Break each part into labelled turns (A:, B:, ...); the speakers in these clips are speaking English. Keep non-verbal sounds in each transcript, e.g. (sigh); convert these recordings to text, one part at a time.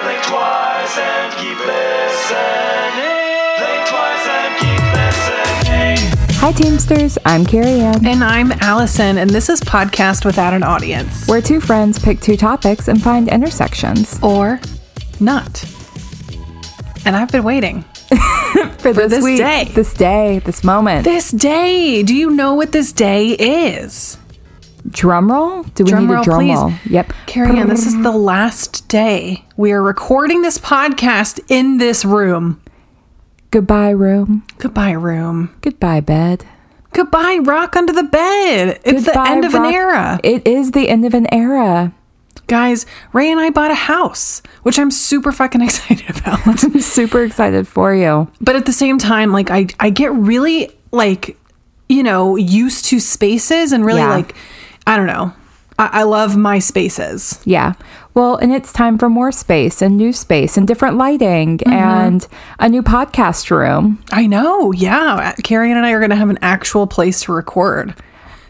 A: twice and keep listening. Think twice and keep listening.
B: Hi, Teamsters. I'm Carrie Ann.
C: And I'm Allison, and this is Podcast Without an Audience.
B: Where two friends pick two topics and find intersections.
C: Or not. And I've been waiting.
B: For this,
C: this
B: week,
C: day.
B: this day, this moment.
C: This day. Do you know what this day is?
B: drum roll? Do we
C: Drum
B: need
C: roll,
B: a drum
C: please.
B: roll? Yep.
C: Carrie Ann, this is the last day we are recording this podcast in this room.
B: Goodbye, room.
C: Goodbye, room.
B: Goodbye, bed.
C: Goodbye, rock under the bed. It's
B: Goodbye,
C: the end of
B: rock-
C: an era.
B: It is the end of an era. (laughs)
C: Guys, Ray and I bought a house, which I'm super fucking (laughs) excited about.
B: I'm super excited for you.
C: but at the same time like i i get really like you know used to spaces and really
B: Yeah.
C: like i don't know I, I love my spaces
B: Yeah. Well, and it's time for more space and new space and different lighting
C: Mm-hmm.
B: and a new podcast room.
C: i know yeah carrie and i are gonna have an actual place to record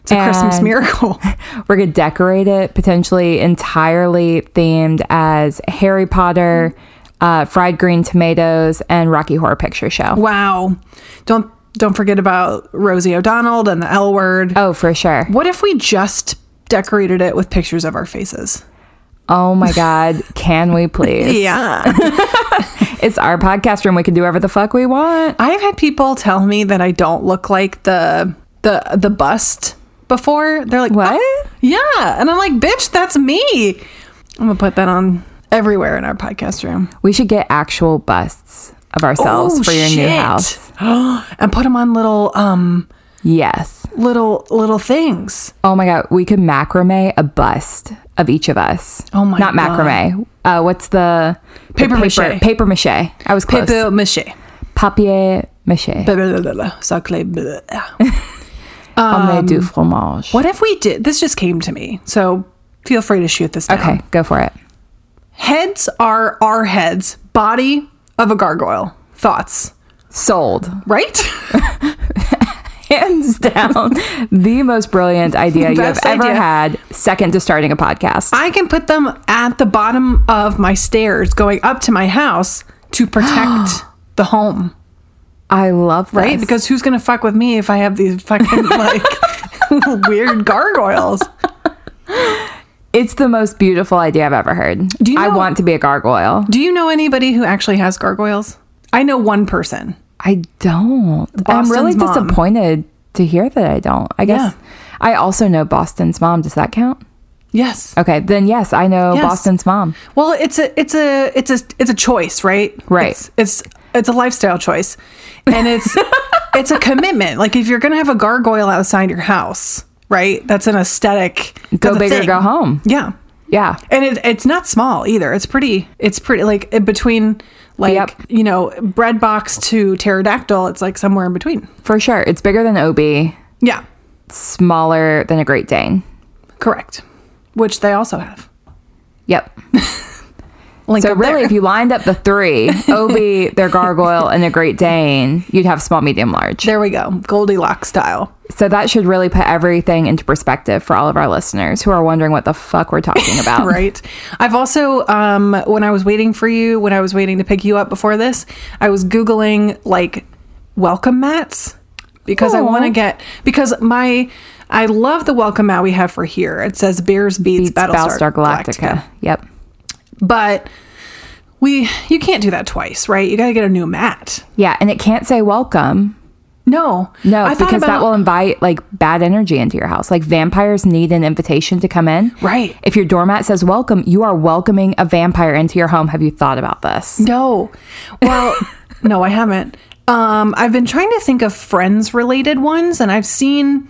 C: it's a christmas
B: And-
C: miracle
B: We're going to decorate it potentially entirely themed as Harry Potter, uh, Fried Green Tomatoes, and Rocky Horror Picture Show.
C: wow don't don't forget about rosie o'donnell and the l word
B: Oh, for sure.
C: what if we just decorated it with pictures of our faces
B: Oh
C: (laughs)
B: my God. Can we please?
C: yeah
B: It's our podcast room. We can do whatever the fuck we want.
C: I've had people tell me that I don't look like the the the bust before. They're like,
B: What?
C: "Oh, yeah, and I'm like, bitch, that's me. I'm gonna put that on everywhere in our podcast room.
B: We should get actual busts of ourselves for your new house. (gasps)
C: and put them on little um
B: Yes.
C: little little things.
B: Oh my God. We could macrame a bust of each of us.
C: Oh my
B: Not
C: God.
B: macrame. Uh, what's the the
C: Paper mache.
B: Paper mache. I was close.
C: Paper mache.
B: Papier mache.
C: Blah, blah, blah, blah. Sacré bleu.
B: Omelette du fromage.
C: What if we did? This just came to me, so feel free to shoot this down.
B: Okay, go for it.
C: Heads are our heads. Body of a gargoyle. Thoughts.
B: Sold. (laughs)
C: Right? (laughs)
B: Hands down, the most brilliant
C: (laughs)
B: idea you have
C: Best
B: ever
C: idea.
B: had, second to starting a podcast.
C: I can put them at the bottom of my stairs going up to my house (gasps) to protect the home,
B: I love this.
C: right? Because who's going to fuck with me if I have these (laughs) fucking like weird gargoyles?
B: it's the most beautiful idea I've ever heard.
C: Do you
B: I
C: know-
B: want to be a gargoyle.
C: Do you know anybody who actually has gargoyles? I know one person.
B: I don't. I'm really
C: Boston's mom.
B: disappointed to hear that I don't. I guess
C: Yeah.
B: I also know Boston's mom. Does that count?
C: Yes.
B: Okay, then yes, I know
C: Yes.
B: Boston's mom.
C: Well, it's a it's a it's a it's a choice, right?
B: Right.
C: It's it's, it's a lifestyle choice, and (laughs) it's it's a commitment. Like if you're gonna have a gargoyle outside your house, right? That's an aesthetic.
B: Go
C: that's a
B: big or
C: thing.
B: go home.
C: Yeah,
B: Yeah.
C: and it, it's not small either. It's pretty. It's pretty like in between like
B: Yep.
C: you know bread box to pterodactyl. It's like somewhere in between.
B: For sure. It's bigger than Obi,
C: Yeah,
B: smaller than a Great Dane.
C: correct. Which they also have.
B: Yep.
C: Link
B: So
C: up
B: really,
C: there.
B: if you lined up the
C: (laughs)
B: three, Obi, their gargoyle, and a Great Dane, you'd have small, medium, large.
C: there we go, Goldilocks style.
B: So that should really put everything into perspective for all of our listeners who are wondering what the fuck we're
C: (laughs)
B: talking about.
C: right i've also um when i was waiting for you when i was waiting to pick you up before this i was googling like welcome mats because i
B: Aw.
C: want to get because my i love the welcome mat we have for here it says bears
B: Beats
C: beats, battlestar, galactica.
B: Yep.
C: but we you can't do that twice right you gotta get a new mat
B: Yeah, and it can't say welcome.
C: no
B: No,
C: I thought
B: because that
C: about-
B: will invite like bad energy into your house. Like vampires need an invitation to come in.
C: Right.
B: If your doormat says welcome, you are welcoming a vampire into your home. Have you thought about this?
C: (laughs) No. Well, no, I haven't. Um, I've been trying to think of friends related ones, and I've seen,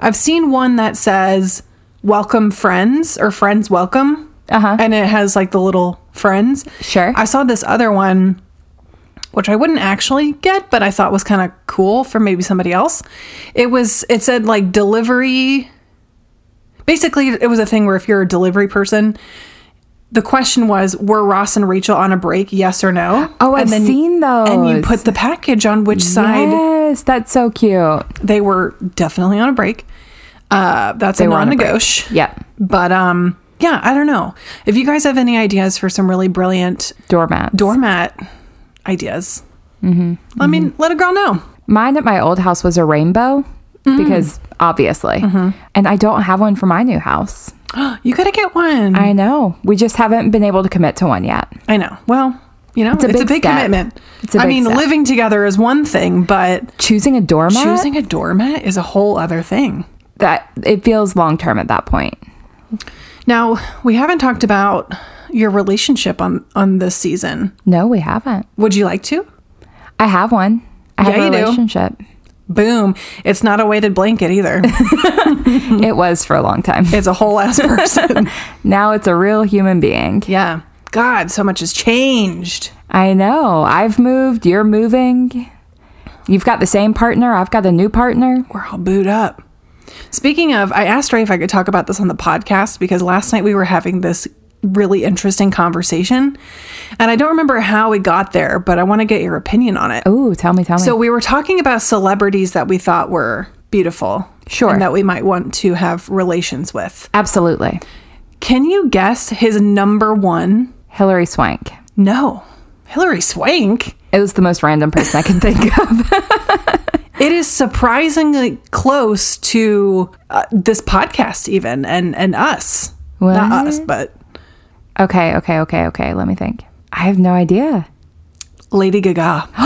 C: I've seen one that says "Welcome Friends" or "Friends Welcome,"
B: Uh-huh.
C: and it has like the little friends.
B: Sure.
C: I saw this other one, which I wouldn't actually get, but I thought was kind of cool for maybe somebody else. It was. It said like delivery. Basically, it was a thing where if you're a delivery person. The question was, were Ross and Rachel on a break? Yes or no?
B: Oh,
C: and
B: I've seen those.
C: and you put the package on which side
B: Yes, that's so cute.
C: they were definitely on a break. Uh, that's a
B: were on a break.
C: non-negotiable.
B: Yep.
C: But um, yeah, I don't know. If you guys have any ideas for some really brilliant
B: Doormat.
C: doormat ideas,
B: Mm-hmm.
C: let me let a girl know. (gasps)
B: Mine at my old house was a rainbow because obviously. And I don't have one for my new house.
C: You gotta get one. I,
B: I know. We just haven't been able to commit to one yet.
C: know. Well, you know, it's
B: a
C: a big,
B: big step.
C: commitment.
B: It's a
C: I
B: big
C: mean,
B: step.
C: living together is one thing, but
B: Choosing a doormat
C: choosing a doormat is a whole other thing.
B: that it feels long term at that point.
C: Now, we haven't talked about your relationship on on this season.
B: No, we haven't.
C: Would you like to?
B: I have one. I have
C: Yeah,
B: a
C: you do.
B: relationship.
C: Boom. It's not a weighted blanket (laughs) either.
B: it was for a long time.
C: it's a whole ass person.
B: Now it's a real human being.
C: (laughs) yeah. God, so much has changed.
B: I know. I've moved, you're moving. You've got the same partner, I've got a new partner.
C: We're all booed up. Speaking of, I asked Ray if I could talk about this on the podcast because last night we were having this really interesting conversation. And I don't remember how we got there, but I want to get your opinion on it.
B: Ooh, tell me, tell me.
C: So we were talking about celebrities that we thought were beautiful.
B: Sure.
C: And that we might want to have relations with.
B: Absolutely.
C: Can you guess his number one?
B: Hillary Swank.
C: No. Hillary Swank.
B: It was the most random person I could think of.
C: It is surprisingly close to uh, this podcast, even and and us. Not us, but
B: Okay, okay, okay, okay. Let me think. I have no idea.
C: Lady Gaga. (gasps)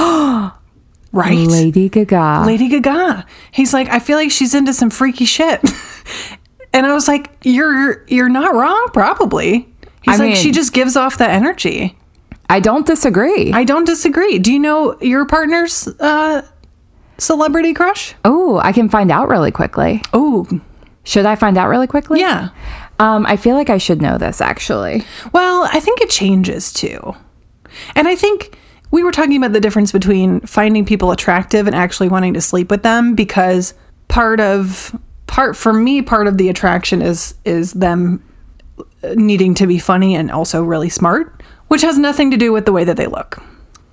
C: right?
B: Lady Gaga.
C: Lady Gaga. He's like, I feel like she's into some freaky shit. (laughs) and I was like, You're you're not wrong, probably. He's
B: I
C: like,
B: mean-
C: she just gives off that energy.
B: I don't disagree.
C: I don't disagree. Do you know your partner's uh, celebrity crush?
B: oh, I can find out really quickly.
C: Oh,
B: Should I find out really quickly?
C: yeah.
B: Um, I feel like I should know this actually.
C: Well, I think it changes too. And I think we were talking about the difference between finding people attractive and actually wanting to sleep with them because part of part for me part of the attraction is is them needing to be funny and also really smart, which has nothing to do with the way that they look.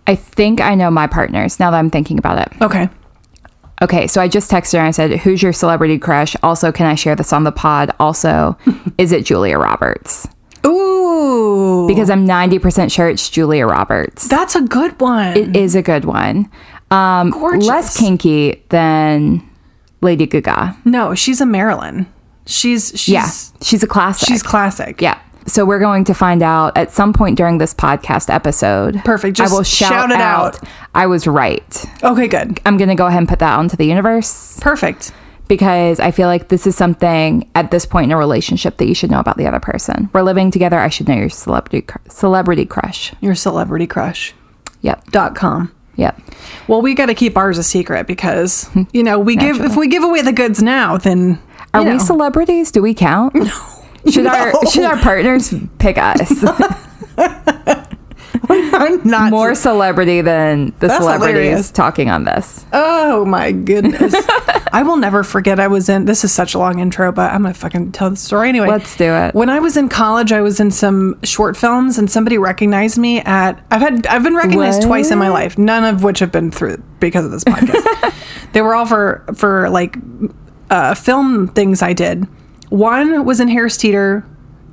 B: I think I know my partners now that I'm thinking about it.
C: Okay.
B: Okay, so I just texted her and I said, Who's your celebrity crush? Also, can I share this on the pod?
C: (laughs)
B: Also, is it Julia Roberts?
C: Ooh.
B: Because I'm 90% sure it's Julia Roberts.
C: That's a good one.
B: It is a good one. Um,
C: Gorgeous.
B: Less kinky than Lady Gaga.
C: no, she's a Marilyn. She's she's
B: Yeah, she's a classic.
C: she's classic.
B: yeah. So we're going to find out at some point during this podcast episode.
C: Perfect. Just shout it out.
B: I was right.
C: Okay, good.
B: I'm going to go ahead and put that onto the universe
C: Perfect.
B: because I feel like this is something at this point in a relationship that you should know about the other person. We're living together. I should know your celebrity cr- celebrity crush.
C: Your celebrity crush.
B: Yep.
C: dot com.
B: Yep.
C: Well, we got to keep ours a secret because you know we give if we give away the goods now, then
B: Are
C: you
B: we
C: know.
B: celebrities? Do we count? Should our should our partners pick
C: (laughs)
B: us?
C: (laughs) I'm not
B: More celebrity than the
C: That's
B: celebrities
C: hilarious.
B: talking on this.
C: Oh
B: (laughs)
C: my goodness! I will never forget. I was in. This is such a long intro, but I'm gonna fucking tell the story anyway.
B: Let's do it.
C: When I was in college, I was in some short films, and somebody recognized me at. I've had. I've been recognized
B: What?
C: twice in my life, none of which have been through because of
B: (laughs)
C: this podcast. they were all for for like uh, film things I did. One was in Harris Teeter.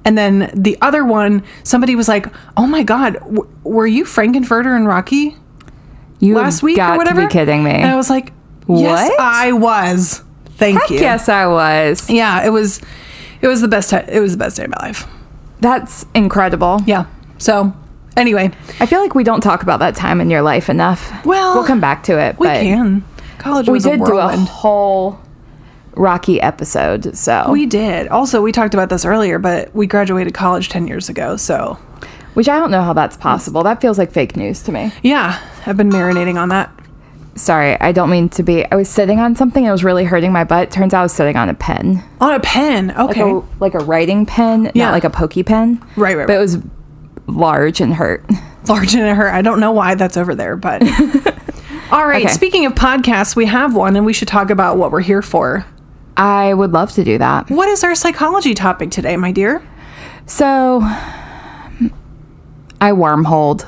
C: And then the other one, somebody was like, "Oh my God, w- were you Frankenfurter and Rocky?"
B: You
C: last week
B: got
C: or whatever.
B: to be kidding me.
C: And I was like, yes,
B: What?
C: I was. Thank
B: Heck
C: you.
B: yes, I was.
C: Yeah, it was. It was the best. Time, it was the best day of my life.
B: That's incredible.
C: Yeah. So, anyway,
B: I feel like we don't talk about that time in your life enough.
C: Well,
B: we'll come back to it.
C: we
B: but
C: can. College
B: We
C: was a
B: did do a
C: whirlwind.
B: whole Rocky episode, so
C: we did. Also, we talked about this earlier, but we graduated college ten years ago. So,
B: which I don't know how that's possible. That feels like fake news to me.
C: yeah, I've been marinating on that.
B: Sorry, I don't mean to be. I was sitting on something. and It was really hurting my butt. Turns out I was sitting on a pen,
C: On a pen. Okay.
B: like, a, like a writing pen,
C: Yeah.
B: not like a pokey pen.
C: Right, right,
B: But
C: right.
B: it was large and hurt.
C: large in her. I don't know why that's over
B: (laughs)
C: there, but. All right.
B: Okay.
C: Speaking of podcasts, we have one, and we should talk about what we're here for.
B: I would love to do that.
C: What is our psychology topic today, my dear?
B: So I wormholed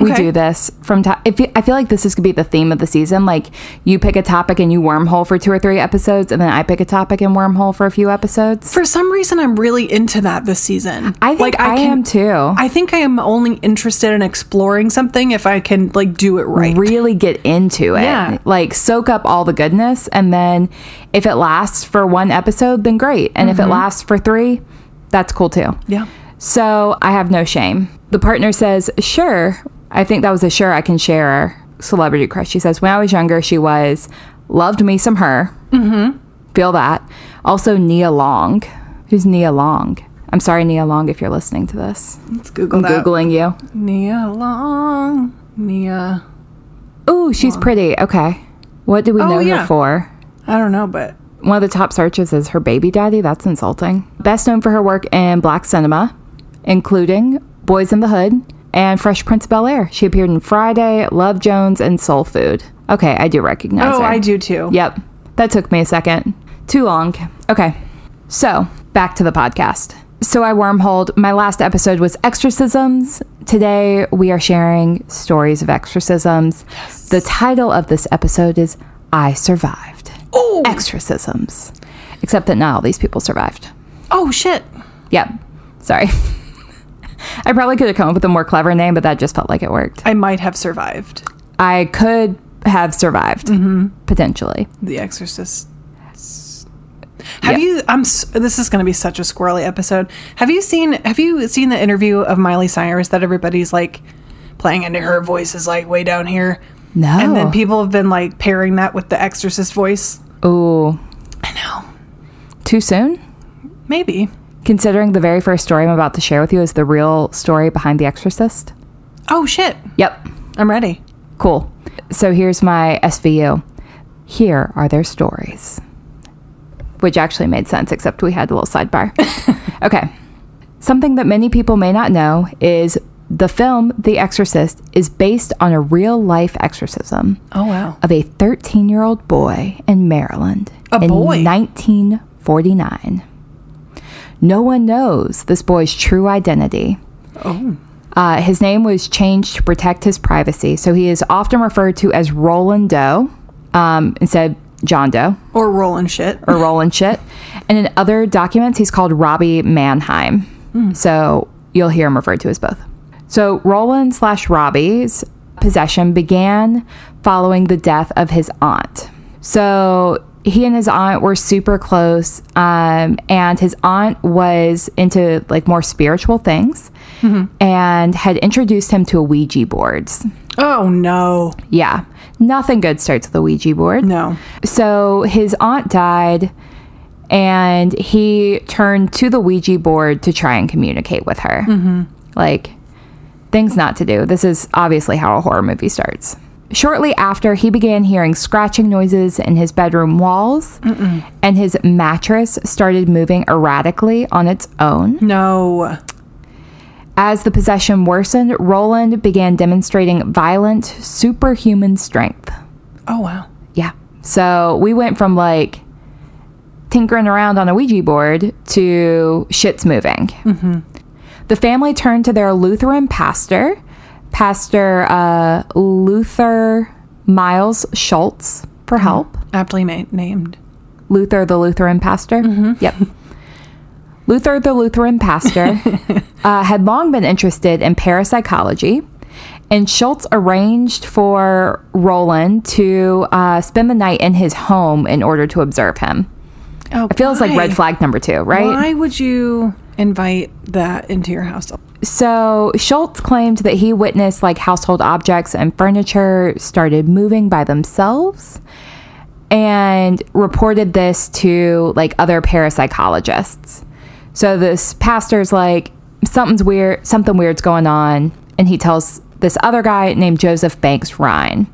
B: we
C: Okay.
B: do this from time. I feel like this is gonna be the theme of the season. Like you pick a topic and you wormhole for two or three episodes, and then I pick a topic and wormhole for a few episodes.
C: For some reason, I'm really into that this season.
B: I think I am too.
C: I think I am only interested in exploring something if I can like do it right.
B: Really get into it.
C: Yeah.
B: Like soak up all the goodness, and then if it lasts for one episode, then great. And if it lasts for three, that's cool too.
C: yeah.
B: So I have no shame. The partner says, Sure. I think that was a sure I can share celebrity crush. She says, When I was younger, she was loved me some her. Mm-hmm. Feel that. Also, Nia Long. Who's Nia Long? I'm sorry, Nia Long, if you're listening to this.
C: Let's Google
B: I'm
C: that.
B: Googling you.
C: Nia Long. Nia.
B: Ooh, she's pretty. Okay. What do we know
C: yeah.
B: her for?
C: I don't know, but
B: One of the top searches is her baby daddy. That's insulting. Best known for her work in black cinema, including Boys in the Hood and Fresh Prince of Bel Air. She appeared in Friday, Love Jones, and Soul Food. Okay, I do recognize
C: oh,
B: her.
C: I do too.
B: Yep. That took me a second. Too long. Okay. So, back to the podcast. So, I wormholed. My last episode was exorcisms. Today, we are sharing stories of exorcisms. The title of this episode is I Survived
C: Oh.
B: Exorcisms. Except that not all these people survived.
C: Oh shit.
B: Yep. Sorry. (laughs) I probably could have come up with a more clever name, but that just felt like it worked.
C: I might have survived
B: I could have survived,
C: Mm-hmm.
B: potentially.
C: The Exorcist. Have you? I'm. s- This is going to be such a squirrely episode. Have you seen? Have you seen the interview of Miley Cyrus that everybody's like playing into her voice is like way down here,
B: No.
C: and then people have been like pairing that with the Exorcist voice.
B: Ooh,
C: I know.
B: too soon?
C: Maybe.
B: Considering the very first story I'm about to share with you is the real story behind The Exorcist?
C: Oh shit!
B: Yep.
C: I'm ready.
B: Cool. So here's my SVU. Here are their stories, which actually made sense, except we had a little sidebar. okay. Something that many people may not know is the film The Exorcist is based on a real life exorcism
C: Oh wow.
B: of a 13 year old boy in Maryland
C: A
B: in
C: boy?
B: 1949. No one knows this boy's true identity.
C: Oh.
B: Uh, his name was changed to protect his privacy, so he is often referred to as Roland Doe um, instead John Doe
C: Or rolling shit.
B: or Roland shit. And in other documents, he's called Robbie Mannheim. So you'll hear him referred to as both. So Roland slash Robbie's possession began following the death of his aunt. So he and his aunt were super close, um, and his aunt was into like more spiritual things, and had introduced him to Ouija boards.
C: Oh no.
B: Yeah, nothing good starts with a Ouija board.
C: No.
B: So his aunt died, and he turned to the Ouija board to try and communicate with her. Like, things not to do. This is obviously how a horror movie starts. Shortly after, he began hearing scratching noises in his bedroom walls, and his mattress started moving erratically on its own.
C: No.
B: As the possession worsened, Roland began demonstrating violent, superhuman strength.
C: Oh wow.
B: Yeah. So we went from like tinkering around on a Ouija board to shit's moving. The family turned to their Lutheran pastor, Pastor uh, Luther Miles Schultz, for help.
C: Aptly ma- named.
B: Luther the Lutheran pastor.
C: Mm-hmm.
B: Yep. Luther the Lutheran
C: (laughs)
B: pastor uh, had long been interested in parapsychology, and Schultz arranged for Roland to uh, spend the night in his home in order to observe him.
C: Oh,
B: It feels like
C: why?
B: red flag number two, right?
C: Why would you invite that into your house?
B: So Schultz claimed that he witnessed like household objects and furniture started moving by themselves and reported this to like other parapsychologists. So this pastor's like something's weird, something weird's going on and he tells this other guy named Joseph Banks Ryan.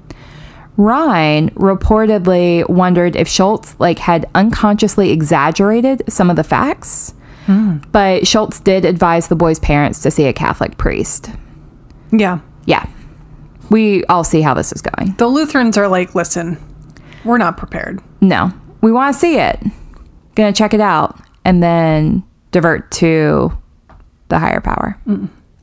B: Ryan reportedly wondered if Schultz like had unconsciously exaggerated some of the facts but Schultz did advise the boy's parents to see a Catholic priest.
C: Yeah.
B: Yeah. We all see how this is going.
C: The Lutherans are like, listen, we're not prepared.
B: No, we want to see it. Gonna check it out and then divert to the higher power,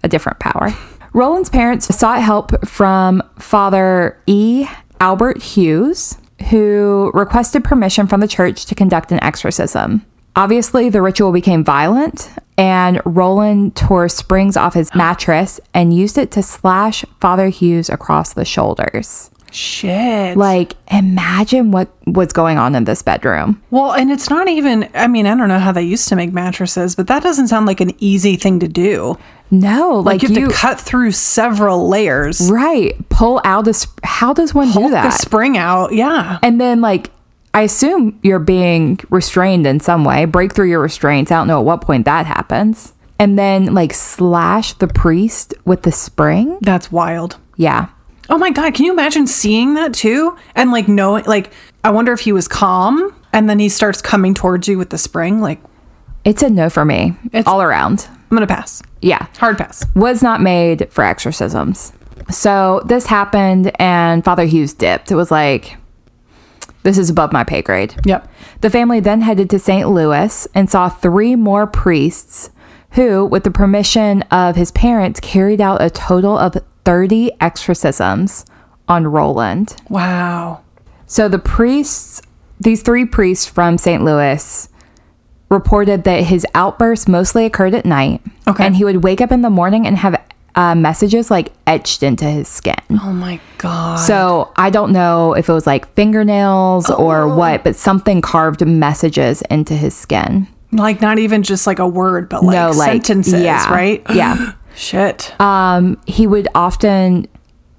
B: a different power. Roland's parents sought help from Father E. Albert Hughes, who requested permission from the church to conduct an exorcism. Obviously, the ritual became violent, and Roland tore springs off his mattress and used it to slash Father Hughes across the shoulders.
C: Shit.
B: Like, imagine what was going on in this bedroom.
C: well, and it's not even, I mean, I don't know how they used to make mattresses, but that doesn't sound like an easy thing to do.
B: No, like,
C: Like you have
B: you,
C: to cut through several layers,
B: right? Pull out a. Sp- how does one do
C: pull the
B: that?
C: spring out. Yeah.
B: And then, like, I assume you're being restrained in some way, break through your restraints. I don't know at what point that happens. And then, like, slash the priest with the spring.
C: That's wild.
B: Yeah.
C: Oh my God. Can you imagine seeing that too? And like knowing, like, I wonder if he was calm and then he starts coming towards you with the spring. Like,
B: It's a no for me
C: It's-
B: all around.
C: I'm going to pass.
B: Yeah.
C: Hard pass.
B: was not made for exorcisms. So this happened, and Father Hughes dipped. It was like, this is above my pay grade.
C: Yep.
B: The family then headed to St. Louis and saw three more priests who, with the permission of his parents, carried out a total of 30 exorcisms on Roland.
C: Wow.
B: So the priests, these three priests from St. Louis, reported that his outbursts mostly occurred at night.
C: Okay.
B: And he would wake up in the morning and have uh, messages like etched into his skin.
C: Oh my God.
B: So I don't know if it was like fingernails
C: Oh.
B: or what, but something carved messages into his skin.
C: like not even just like a word, but like,
B: No, like
C: sentences,
B: yeah,
C: right?
B: yeah.
C: (gasps)
B: Uh,
C: Shit.
B: Um, He would often,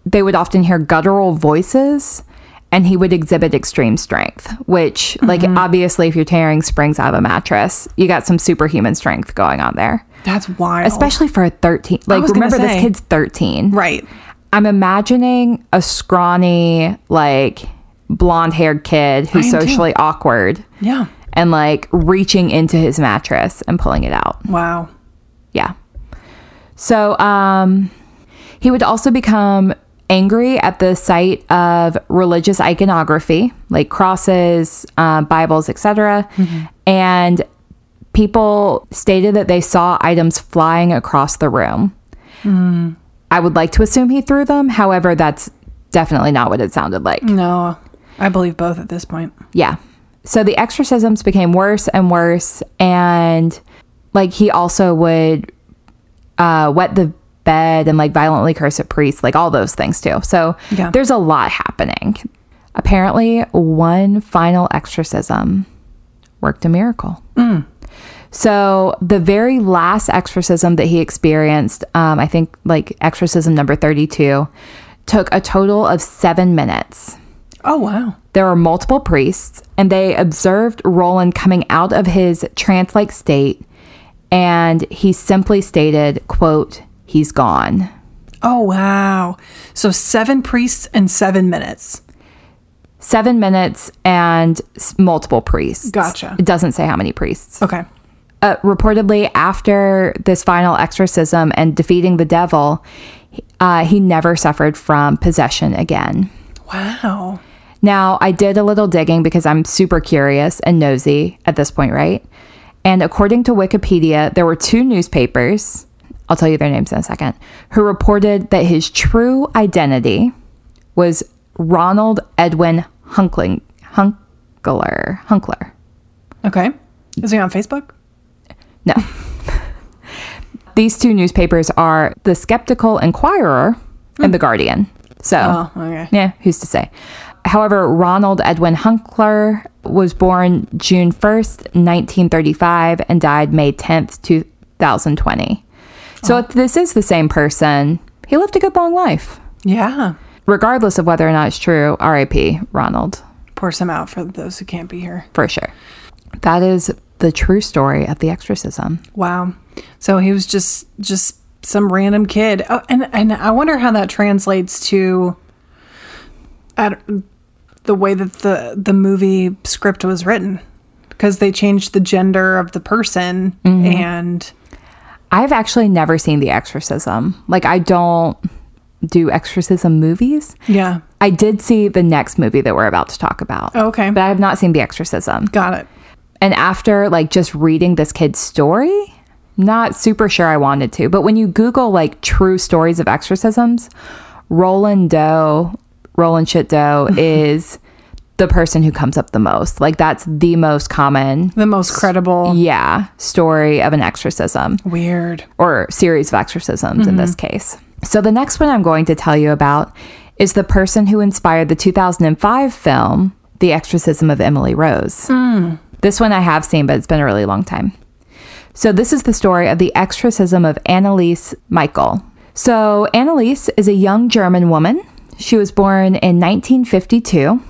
B: they would often hear guttural voices. And he would exhibit extreme strength, which, like,
C: Mm-hmm.
B: obviously, if you're tearing springs out of a mattress, you got some superhuman strength going on there.
C: That's wild.
B: especially for a 13 like
C: Oh. was gonna
B: remember this
C: say.
B: kid's 13
C: right.
B: i'm imagining a scrawny like blonde haired kid who's
C: I am too.
B: socially awkward
C: Yeah.
B: and like reaching into his mattress and pulling it out
C: Wow.
B: yeah so um he would also become angry at the sight of religious iconography like crosses uh, bibles etc and people stated that they saw items flying across the room i would like to assume he threw them however that's definitely not what it sounded like
C: No, I believe both at this point.
B: yeah. So the exorcisms became worse and worse. And like he also would uh, wet the bed and like violently curse at priests, like all those things too. So
C: Yeah.
B: there's a lot happening. Apparently, one final exorcism worked a miracle. So the very last exorcism that he experienced, um, I think like exorcism number 32, took a total of seven minutes.
C: Oh wow.
B: There were multiple priests, and they observed Roland coming out of his trance like state, and he simply stated, quote, he's gone.
C: Oh wow. So seven priests and seven minutes.
B: Seven minutes and s- multiple priests.
C: Gotcha.
B: It doesn't say how many priests.
C: Okay.
B: Uh, reportedly, after this final exorcism and defeating the devil, he- uh, he never suffered from possession again.
C: Wow.
B: Now, I did a little digging because I'm super curious and nosy at this point, right? And according to Wikipedia, there were two newspapers, I'll tell you their names in a second, who reported that his true identity was Ronald Edwin Hunkling, Hunkler, Hunkler.
C: Okay. Is he on Facebook?
B: No. (laughs) These two newspapers are The Skeptical Inquirer and The Guardian. So,
C: Oh, okay.
B: yeah, who's to say? However, Ronald Edwin Hunkler was born June 1st, 1935, and died May 10th, 2020. So, if this is the same person, he lived a good long life,
C: Yeah.
B: regardless of whether or not it's true. RIP, Ronald,
C: Pour some out for those who can't be here.
B: for sure. That is the true story of the exorcism.
C: Wow. So he was just just some random kid. Oh, and and I wonder how that translates to I don't- the way that the the movie script was written because they changed the gender of the person and
B: I've actually never seen the exorcism. Like, I don't do exorcism movies.
C: yeah.
B: I did see the next movie that we're about to talk about.
C: Okay.
B: But I have not seen The Exorcism.
C: Got it.
B: And after like just reading this kid's story, Not super sure I wanted to, but when you Google like true stories of exorcisms, Roland Doe, Roland Shit Doe is the person who comes up the most. Like that's the most common,
C: The most credible.
B: yeah, story of an exorcism
C: Weird.
B: or series of exorcisms in this case. So the next one I'm going to tell you about is the person who inspired the 2005 film The Exorcism of Emily Rose. This one I have seen, but it's been a really long time. So this is the story of the exorcism of Annalise Michael. So Annalise is a young German woman. She was born in 1952.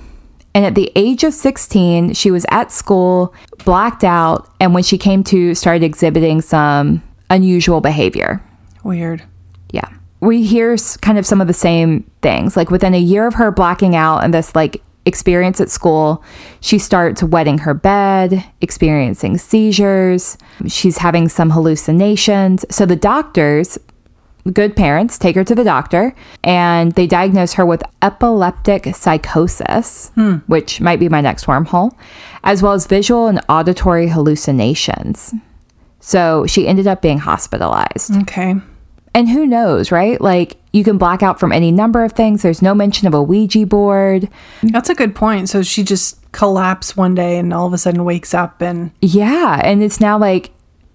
B: And at the age of 16, she was at school, blacked out, and when she came to, started exhibiting some unusual behavior.
C: Weird.
B: Yeah. We hear s- kind of some of the same things. Like within a year of her blacking out and this like experience at school, she starts wetting her bed, experiencing seizures. She's having some hallucinations. So the doctors, good parents, take her to the doctor and they diagnose her with epileptic psychosis, which might be my next wormhole, as well as visual and auditory hallucinations. So she ended up being hospitalized.
C: Okay.
B: And who knows, right? Like you can black out from any number of things. There's no mention of a Ouija board.
C: That's a good point. So she just collapsed one day and all of a sudden wakes up and
B: Yeah. And it's now like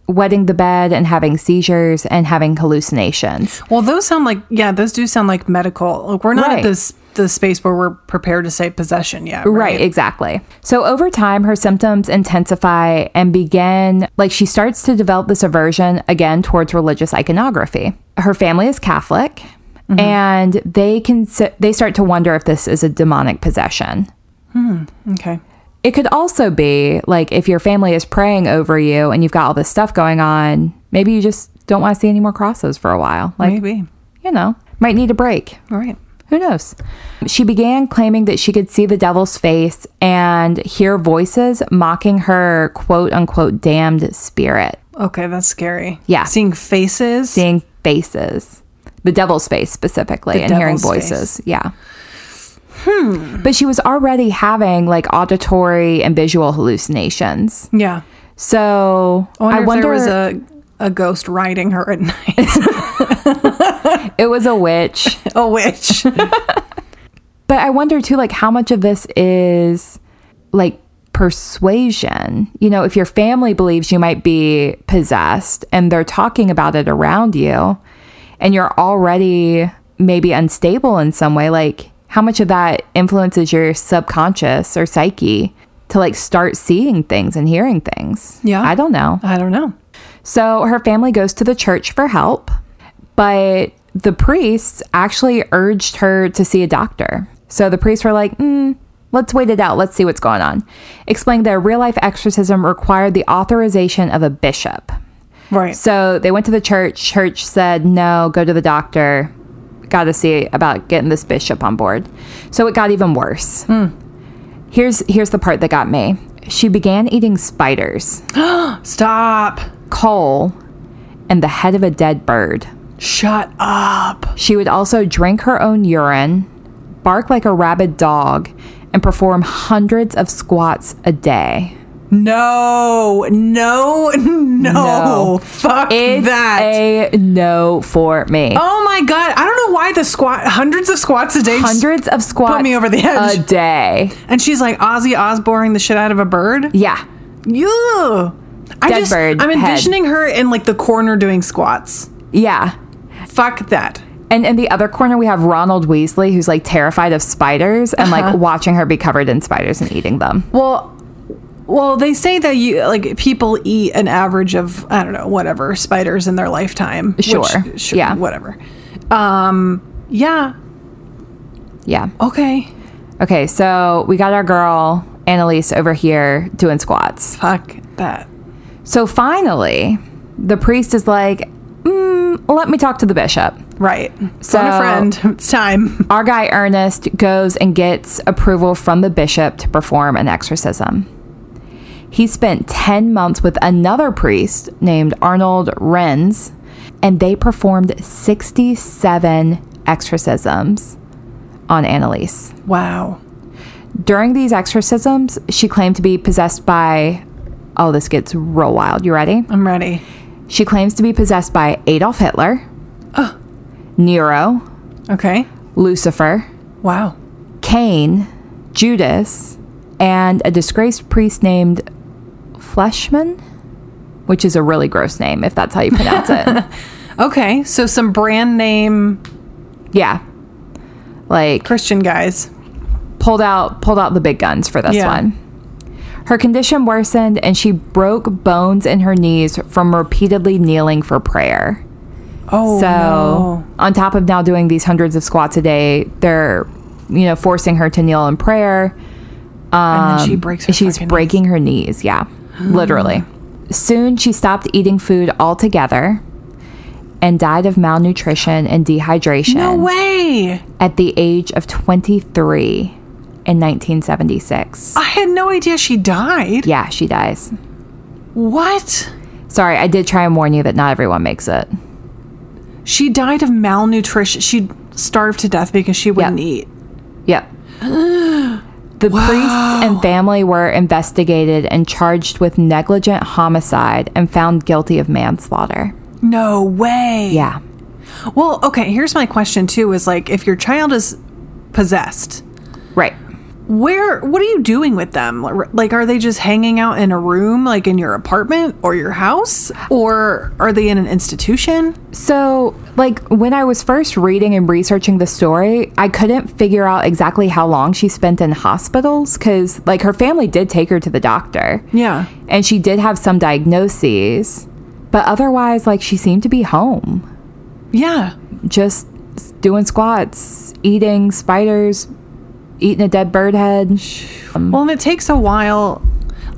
B: wetting the bed and having seizures and having hallucinations.
C: well those sound like yeah, those do sound like medical. Like we're not
B: Right.
C: at this the space where we're prepared to say possession yet.
B: Right, exactly. So over time, her symptoms intensify and begin, like, she starts to develop this aversion again towards religious iconography. Her family is Catholic, and they can, they start to wonder if this is a demonic possession.
C: Okay.
B: It could also be like if your family is praying over you and you've got all this stuff going on, maybe you just don't want to see any more crosses for a while. Like,
C: Maybe.
B: you know, might need a break.
C: All right.
B: Who knows? She began claiming that she could see the devil's face and hear voices mocking her quote unquote damned spirit,
C: Okay, that's scary.
B: Yeah.
C: Seeing faces.
B: seeing faces, the devil's face specifically, and hearing
C: devil's face.
B: voices. Yeah. Hmm. But she was already having like auditory and visual hallucinations.
C: yeah.
B: So
C: I wonder,
B: I wonder,
C: if there was a, a ghost riding her at (laughs) night.
B: it was a
C: (laughs)
B: witch,
C: a
B: (laughs)
C: witch.
B: but I wonder too, like how much of this is like persuasion. You know, if your family believes you might be possessed and they're talking about it around you, and you're already maybe unstable in some way, like how much of that influences your subconscious or psyche to like start seeing things and hearing things?
C: Yeah.
B: I don't know.
C: I don't know.
B: So her family goes to the church for help, but the priests actually urged her to see a doctor. So the priests were like, mm, let's wait it out. Let's see what's going on. Explained that a real life exorcism required the authorization of a bishop.
C: Right.
B: So they went to the church. Church said, no, go to the doctor. Got to see about getting this bishop on board. So it got even worse. Here's here's the part that got me. She began eating spiders
C: Stop.
B: coal, and the head of a dead bird.
C: Shut up.
B: She would also drink her own urine, bark like a rabid dog, and perform hundreds of squats a day.
C: No. No. (laughs) No. Fuck
B: It's
C: that.
B: a no for me.
C: oh my god. I don't know why the squat hundreds of squats a day.
B: Hundreds of squats
C: me over the edge.
B: a day.
C: And she's like Ozzy Osboring the shit out of a bird.
B: Yeah.
C: Yeah. I
B: Dead
C: just
B: bird
C: I'm
B: head.
C: envisioning her in like the corner doing squats.
B: Yeah.
C: Fuck that.
B: And in the other corner, we have Ronald Weasley, who's like terrified of spiders and like
C: Uh-huh.
B: watching her be covered in spiders and eating them.
C: Well, well, they say that you like people eat an average of I don't know whatever spiders in their lifetime. which-
B: Sure.
C: sure,
B: Yeah.
C: whatever. Um, yeah.
B: Yeah.
C: Okay.
B: Okay, so we got our girl, Annalise, over here doing squats.
C: Fuck that.
B: So finally, the priest is like, mm, let me talk to the bishop.
C: Right. So a
B: So-
C: friend. (laughs) It's time.
B: Our guy Ernest goes and gets approval from the bishop to perform an exorcism. He spent 10 months with another priest named Arnold Renz, and they performed 67 exorcisms on Annalise.
C: Wow.
B: During these exorcisms, she claimed to be possessed by, oh, this gets real wild. You ready?
C: I'm ready.
B: She claims to be possessed by Adolf Hitler, Nero,
C: Okay.
B: Lucifer,
C: Wow.
B: Cain, Judas, and a disgraced priest named Fleshman, which is a really gross name if that's how you pronounce it.
C: Okay. So some brand name
B: Yeah. Like
C: Christian guys.
B: pulled out pulled out the big guns for this
C: Yeah.
B: one. Her condition worsened and she broke bones in her knees from repeatedly kneeling for prayer.
C: Oh.
B: So,
C: no.
B: on top of now doing these hundreds of squats a day, they're you know forcing her to kneel in prayer.
C: and then she
B: Um,
C: breaks. Her
B: she's
C: fucking knees.
B: breaking her knees. Yeah, literally. Soon she stopped eating food altogether and died of malnutrition and dehydration
C: No way.
B: at the age of 23 in 1976.
C: I had no idea she died.
B: Yeah, she dies.
C: What?
B: Sorry, I did try and warn you that not everyone makes it.
C: She died of malnutrition. She starved to death because she wouldn't eat.
B: Yep. The priests and family were investigated and charged with negligent homicide and found guilty of manslaughter.
C: No way.
B: Yeah.
C: Well, okay, here's my question too is like if your child is possessed,
B: Right.
C: where what are you doing with them? Like are they just hanging out in a room like in your apartment or your house or are they in an institution?
B: So, like, when I was first reading and researching the story, I couldn't figure out exactly how long she spent in hospitals because, like, her family did take her to the doctor.
C: Yeah.
B: And she did have some diagnoses, but otherwise, like, she seemed to be home,
C: Yeah.
B: just s- doing squats, eating spiders, eating a dead bird head. Um,
C: Well, and it takes a while.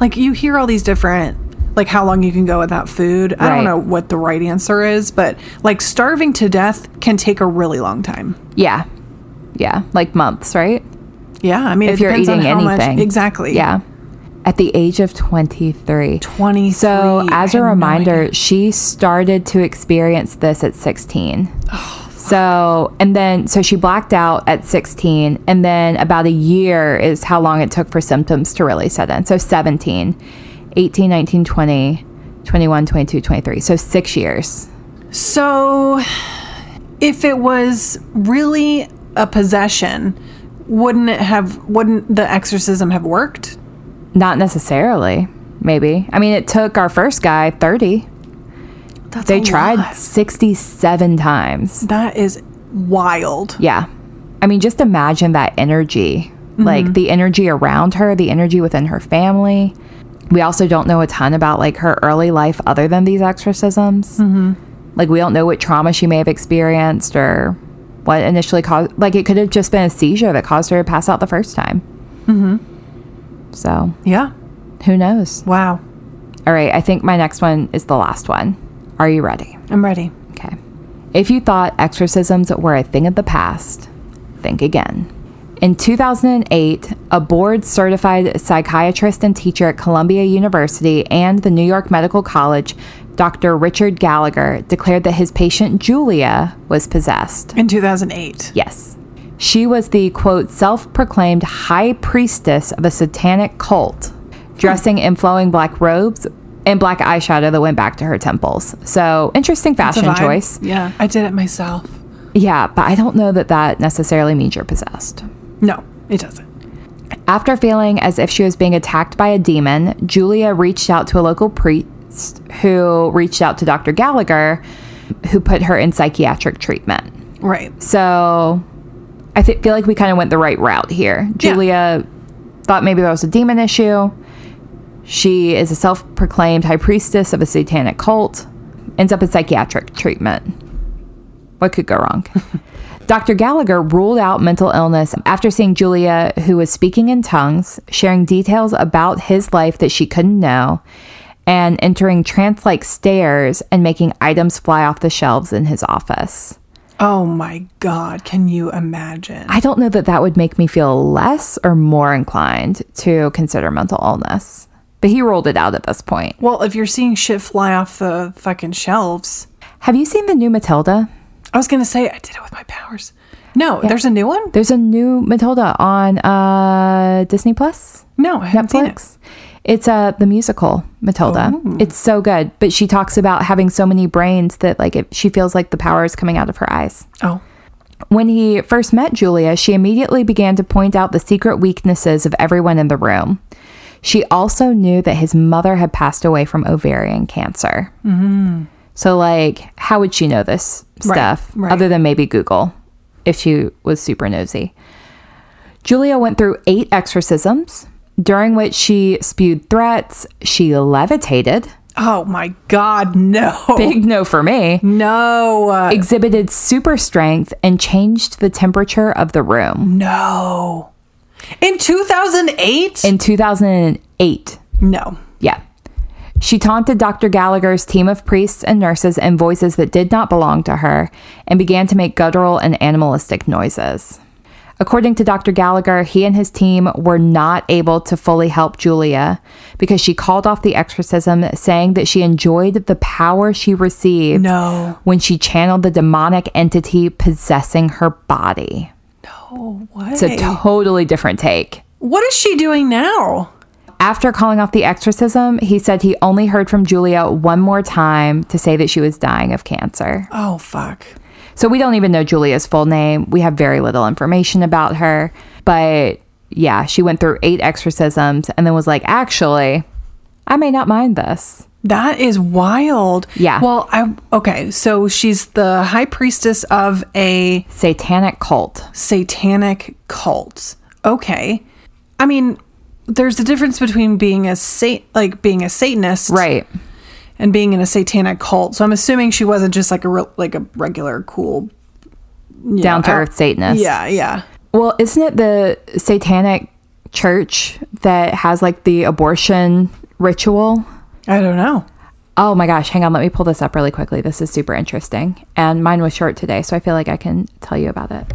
C: Like you hear all these different like how long you can go without food. I
B: Right.
C: don't know what the right answer is, but like starving to death can take a really long time.
B: Yeah. Yeah. Like months, right?
C: Yeah, I mean,
B: If
C: it
B: you're
C: depends on
B: eating
C: how
B: anything.
C: much, exactly.
B: Yeah. At the age of 23.
C: twenty.
B: So, as a reminder, she started to experience this at 16. so, and then, so she blacked out at 16, and then about a year is how long it took for symptoms to really set in. So, 17, 18, 19, 20, 21, 22, 23. So, six years.
C: so if it was really a possession, wouldn't it have? Wouldn't the exorcism have worked?
B: Not necessarily, maybe. I mean, it took our first guy 30.
C: That's
B: They
C: a
B: tried
C: lot.
B: 67 times.
C: That is wild.
B: Yeah. I mean, just imagine that energy like the energy around her, the energy within her family. We also don't know a ton about like her early life other than these exorcisms. Mm-hmm. Like, we don't know what trauma she may have experienced or what initially caused, like, it could have just been a seizure that caused her to pass out the first time. Mm-hmm. So,
C: Yeah.
B: who knows?
C: Wow.
B: All right. I think my next one is the last one. Are you ready?
C: I'm ready.
B: Okay. If you thought exorcisms were a thing of the past, think again. In 2008, a board certified psychiatrist and teacher at Columbia University and the New York Medical College, Dr. Richard Gallagher, declared that his patient Julia was possessed.
C: In 2008.
B: Yes. She was the quote self proclaimed high priestess of a satanic cult, dressing in flowing black robes and black eyeshadow that went back to her temples. So, interesting
C: It's a
B: fashion
C: vibe.
B: choice.
C: Yeah. I did it myself.
B: Yeah, but I don't know that that necessarily means you're possessed.
C: No, it doesn't.
B: After feeling as if she was being attacked by a demon, Julia reached out to a local priest who reached out to Dr. Gallagher, who put her in psychiatric treatment.
C: Right.
B: So I th- feel like we kind of went the right route here.
C: Yeah.
B: Julia thought maybe there was a demon issue. She is a self proclaimed high priestess of a satanic cult, ends up in psychiatric treatment. What could go wrong? Dr. Gallagher ruled out mental illness after seeing Julia, who was speaking in tongues, sharing details about his life that she couldn't know, and entering trance like stares and making items fly off the shelves in his office.
C: Oh my God. Can you imagine?
B: I don't know that that would make me feel less or more inclined to consider mental illness. But he ruled it out at this point.
C: Well, if you're seeing shit fly off the fucking shelves,
B: Have you seen the new Matilda?
C: I was gonna say I did it with my powers. No, there's a new one.
B: There's a new Matilda on uh, Disney Plus,
C: No, I haven't seen it. Oh.
B: Netflix. It. It's uh the musical Matilda. It's so good, but she talks about having so many brains that like it, she feels like the power is coming out of her eyes.
C: Oh,
B: When he first met Julia, she immediately began to point out the secret weaknesses of everyone in the room. She also knew that his mother had passed away from ovarian cancer. Mm-hmm. So, like, how would she know this stuff
C: right.
B: other than maybe Google if she was super nosy? Julia went through eight exorcisms, during which she spewed threats, she levitated.
C: oh my God, no,
B: Big no for
C: (laughs)
B: me
C: no, uh,
B: exhibited super strength and changed the temperature of the room
C: no. In 2008,
B: in 2008.
C: no,
B: Yeah. She taunted Dr. Gallagher's team of priests and nurses in voices that did not belong to her and began to make guttural and animalistic noises. According to Dr. Gallagher, he and his team were not able to fully help Julia because she called off the exorcism, saying that she enjoyed the power she received
C: no,
B: when she channeled the demonic entity possessing her body.
C: no. What?
B: It's a totally different take.
C: what is she doing now?
B: After calling off the exorcism, he said he only heard from Julia one more time to say that she was dying of cancer.
C: Oh fuck.
B: So we don't even know Julia's full name. We have very little information about her. But yeah, she went through eight exorcisms and then was like, actually, I may not mind this.
C: That is wild.
B: Yeah.
C: Well, I okay, so she's the high priestess of a
B: Satanic cult.
C: satanic cult. Okay. I mean, there's a difference between being a sat like being a satanist
B: Right.
C: and being in a satanic cult. So I'm assuming she wasn't just like a re- like a regular cool you know,
B: Down to
C: out-
B: earth Satanist.
C: Yeah, yeah.
B: Well, isn't it the satanic church that has like the abortion ritual?
C: I don't know.
B: Oh my gosh, hang on, let me pull this up really quickly. This is super interesting. And mine was short today, so I feel like I can tell you about it.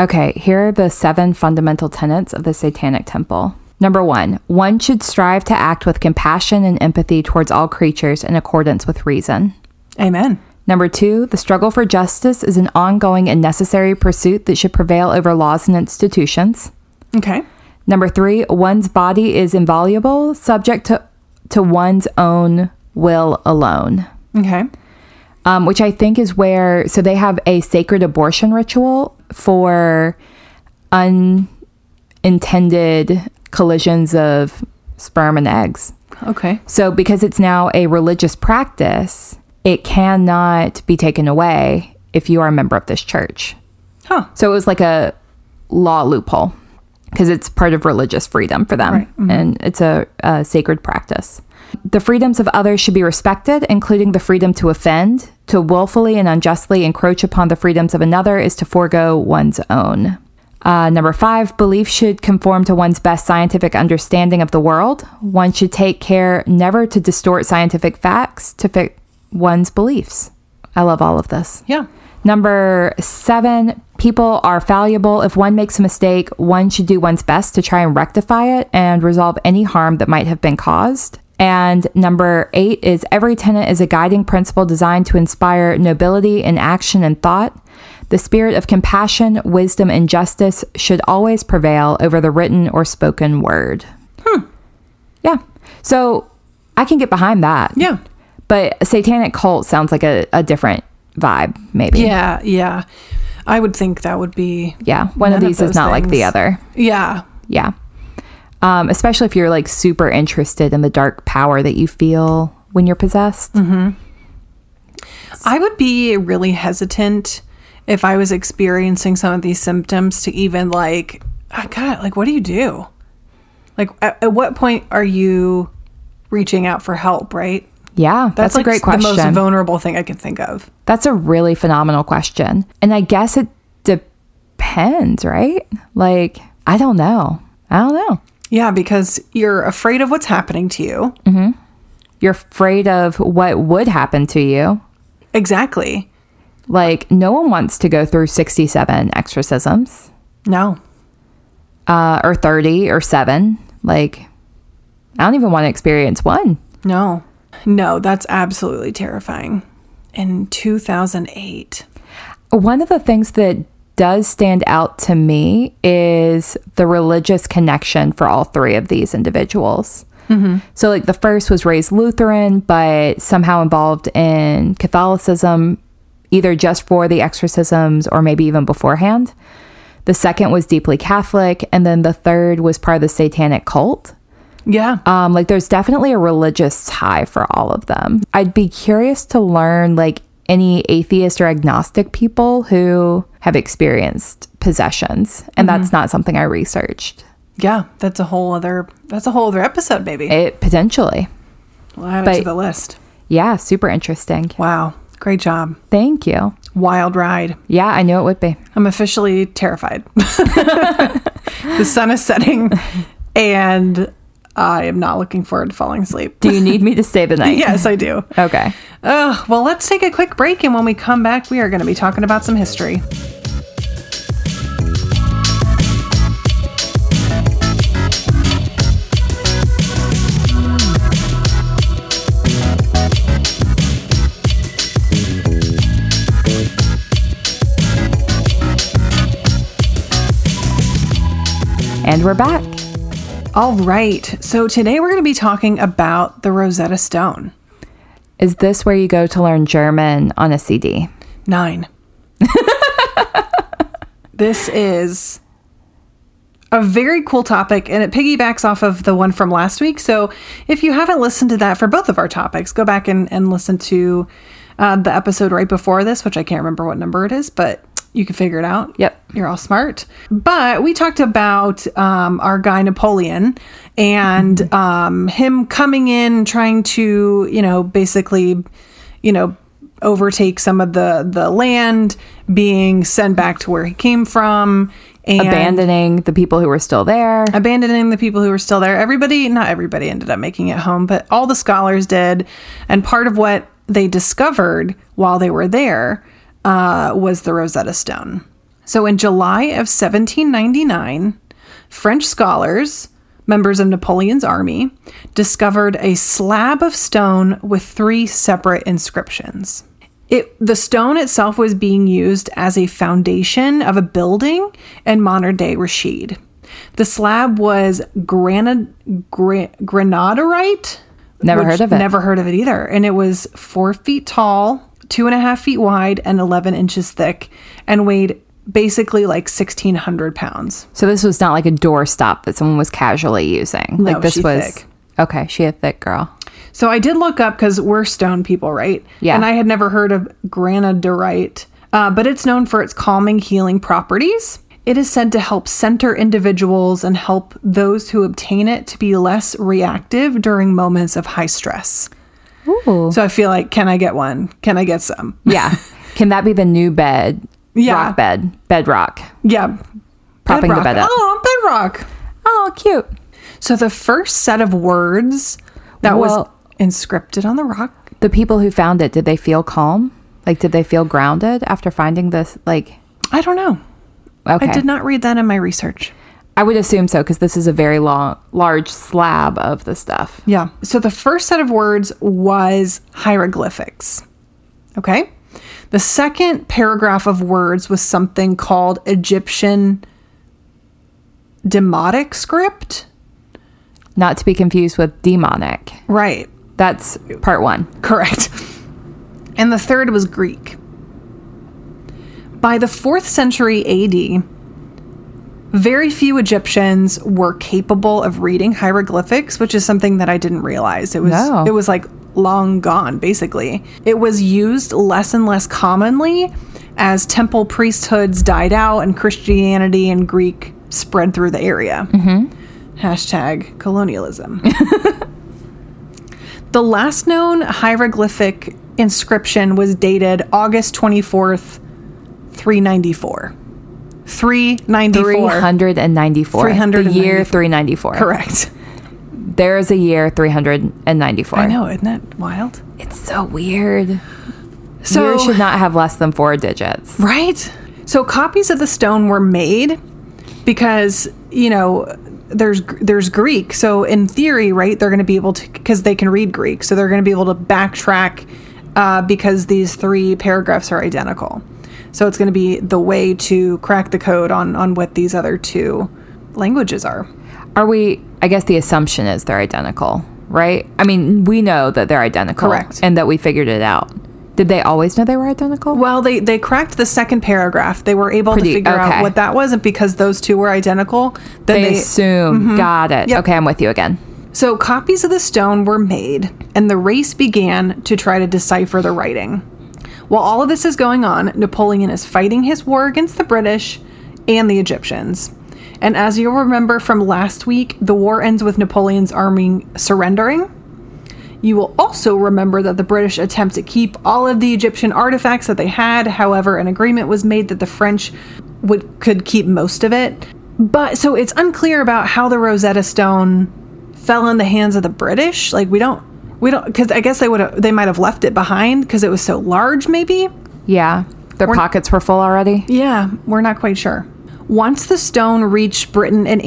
B: Okay, here are the seven fundamental tenets of the Satanic Temple. Number one, one should strive to act with compassion and empathy towards all creatures in accordance with reason.
C: Amen.
B: Number two, the struggle for justice is an ongoing and necessary pursuit that should prevail over laws and institutions.
C: Okay.
B: Number three, one's body is invaluable, subject to, to one's own will alone,
C: Okay.
B: um, which I think is where, so they have a sacred abortion ritual for unintended collisions of sperm and eggs.
C: Okay.
B: So, because it's now a religious practice, it cannot be taken away if you are a member of this church.
C: Huh.
B: So it was like a law loophole because it's part of religious freedom for them and it's a, a sacred practice. The freedoms of others should be respected, including the freedom to offend. To willfully and unjustly encroach upon the freedoms of another is to forego one's own. Uh, number five, belief should conform to one's best scientific understanding of the world. One should take care never to distort scientific facts to fit one's beliefs. I love all of this.
C: Yeah.
B: Number seven, people are fallible. If one makes a mistake, one should do one's best to try and rectify it and resolve any harm that might have been caused. And number eight is every tenet is a guiding principle designed to inspire nobility in action and thought. The spirit of compassion, wisdom, and justice should always prevail over the written or spoken word. Yeah. So I can get behind that.
C: Yeah.
B: But satanic cult sounds like a, a different vibe, maybe.
C: Yeah, yeah. I would think that would be
B: Yeah, one of
C: None of
B: these is
C: those
B: not like the
C: things.
B: other.
C: Yeah.
B: Yeah. Um, especially if you're like super interested in the dark power that you feel when you're possessed.
C: Mm-hmm. I would be really hesitant if I was experiencing some of these symptoms to even like, oh God, like, what do you do? Like, at, at what point are you reaching out for help, right?
B: Yeah, that's, a
C: like
B: great
C: the
B: question.
C: most vulnerable thing I can think of.
B: that's a really phenomenal question. And I guess it depends, right? Like, I don't know. I don't know.
C: Yeah, because you're afraid of what's happening to you.
B: You're afraid of what would happen to you.
C: Exactly.
B: Like, no one wants to go through 67 exorcisms
C: No.
B: uh, or 30 or seven. Like, I don't even want to experience one.
C: No. No, that's absolutely terrifying. In 2008.
B: One of the things that does stand out to me is the religious connection for all three of these individuals. So, like, the first was raised Lutheran, but somehow involved in Catholicism, either just for the exorcisms or maybe even beforehand. The second was deeply Catholic, and then the third was part of the satanic cult.
C: Yeah.
B: Um, like there's definitely a religious tie for all of them. I'd be curious to learn like any atheist or agnostic people who have experienced possessions, and that's not something I researched.
C: yeah. That's a whole other that's a whole other episode, maybe.
B: It potentially,
C: we'll add it to
B: but-
C: the list.
B: yeah, super interesting.
C: Wow. Great job.
B: Thank you.
C: Wild ride.
B: Yeah, I knew it would be.
C: I'm officially terrified. (laughs) the sun is setting and I am not looking forward to falling
B: (laughs)
C: asleep.
B: Do you need me to stay the night?
C: Yes, I do.
B: Okay.
C: Ugh, well, let's take a quick break, and when we come back, we are going to be talking about some history.
B: And we're back.
C: All right, so today we're going to be talking about the Rosetta Stone.
B: Is this where you go to learn German on a CD?
C: Nine. this is a very cool topic, and it piggybacks off of the one from last week. So if you haven't listened to that for both of our topics, go back and, and listen to uh, the episode right before this, which I can't remember what number it is, but you can figure it out.
B: Yep.
C: You're all smart. But we talked about um, our guy Napoleon and um, him coming in trying to, you know, basically, you know, overtake some of the the land, being sent back to where he came from, and
B: Abandoning the people who were still there.
C: abandoning the people who were still there. Everybody, not everybody ended up making it home, but all the scholars did. And part of what they discovered while they were there uh, was the Rosetta Stone. So in July of 1799, French scholars, members of Napoleon's army, discovered a slab of stone with three separate inscriptions. It, the stone itself was being used as a foundation of a building in modern day Rashid. The slab was granite, gra- granatorite.
B: Never heard of it.
C: Never heard of it either. And it was four feet tall, two and a half feet wide, and 11 inches thick, and weighed basically like 1,600 pounds.
B: So this was not like a doorstop that someone was casually using.
C: No,
B: like this
C: she
B: was
C: thick.
B: okay. She a thick girl.
C: So I did look up because we're stone people, right?
B: Yeah.
C: And I had never heard of granadorite, uh, but it's known for its calming, healing properties. It is said to help center individuals and help those who obtain it to be less reactive during moments of high stress.
B: Ooh.
C: So I feel like, can I get one? Can I get some? (laughs)
B: Yeah. Can that be the new bed?
C: Yeah.
B: Rock bed. Bed rock.
C: Yeah.
B: Propping the
C: bedrock.
B: bed up.
C: Oh, bedrock.
B: Oh, cute.
C: So the first set of words that was
B: Well-
C: inscripted on the rock
B: The people who found it, did they feel calm? Like, did they feel grounded after finding this? Like,
C: I don't know.
B: okay.
C: I did not read that in my research.
B: I would assume so because this is a very long, large slab of the stuff.
C: Yeah. So the first set of words was hieroglyphics. Okay. The second paragraph of words was something called Egyptian demotic script.
B: Not to be confused with demonic.
C: Right.
B: That's part one.
C: Correct. And the third was Greek. By the 4th century AD, very few Egyptians were capable of reading hieroglyphics, which is something that I didn't realize. It was
B: No.
C: it was like long gone basically. It was used less and less commonly as temple priesthoods died out and Christianity and Greek spread through the area. Hashtag colonialism. The last known hieroglyphic inscription was dated August 24th, 394. 394.
B: 394. The
C: 394.
B: year 394.
C: Correct.
B: There is a year 394.
C: I know, isn't that wild?
B: It's so weird.
C: So, (laughs)
B: Years should not have less than four digits.
C: right? So, copies of the stone were made because, you know, there's there's Greek. So, in theory, right, they're going to be able to because they can read Greek. So, they're going to be able to backtrack uh, because these three paragraphs are identical. So, it's going to be the way to crack the code on on what these other two languages are.
B: Are we? I guess the assumption is they're identical, right? I mean, we know that they're identical,
C: Correct.
B: and that we figured it out. Did they always know they were identical?
C: Well, they they cracked the second paragraph. They were able
B: Pretty-
C: to figure
B: okay.
C: out what that was, and because those two were identical, then
B: they, mm-hmm.
C: they,
B: assume. Got it.
C: Yep.
B: Okay, I'm with you again.
C: so copies of the stone were made, and the race began to try to decipher the writing. While all of this is going on, Napoleon is fighting his war against the British and the Egyptians. And as you'll remember from last week, the war ends with Napoleon's army surrendering. You will also remember that the British attempt to keep all of the Egyptian artifacts that they had. However, an agreement was made that the French would could keep most of it. But so it's unclear about how the Rosetta Stone fell in the hands of the British. Like we don't we don't because I guess they would have they might have left it behind because it was so large maybe.
B: Yeah, their pockets were full already.
C: Yeah, we're not quite sure. Once the stone reached Britain in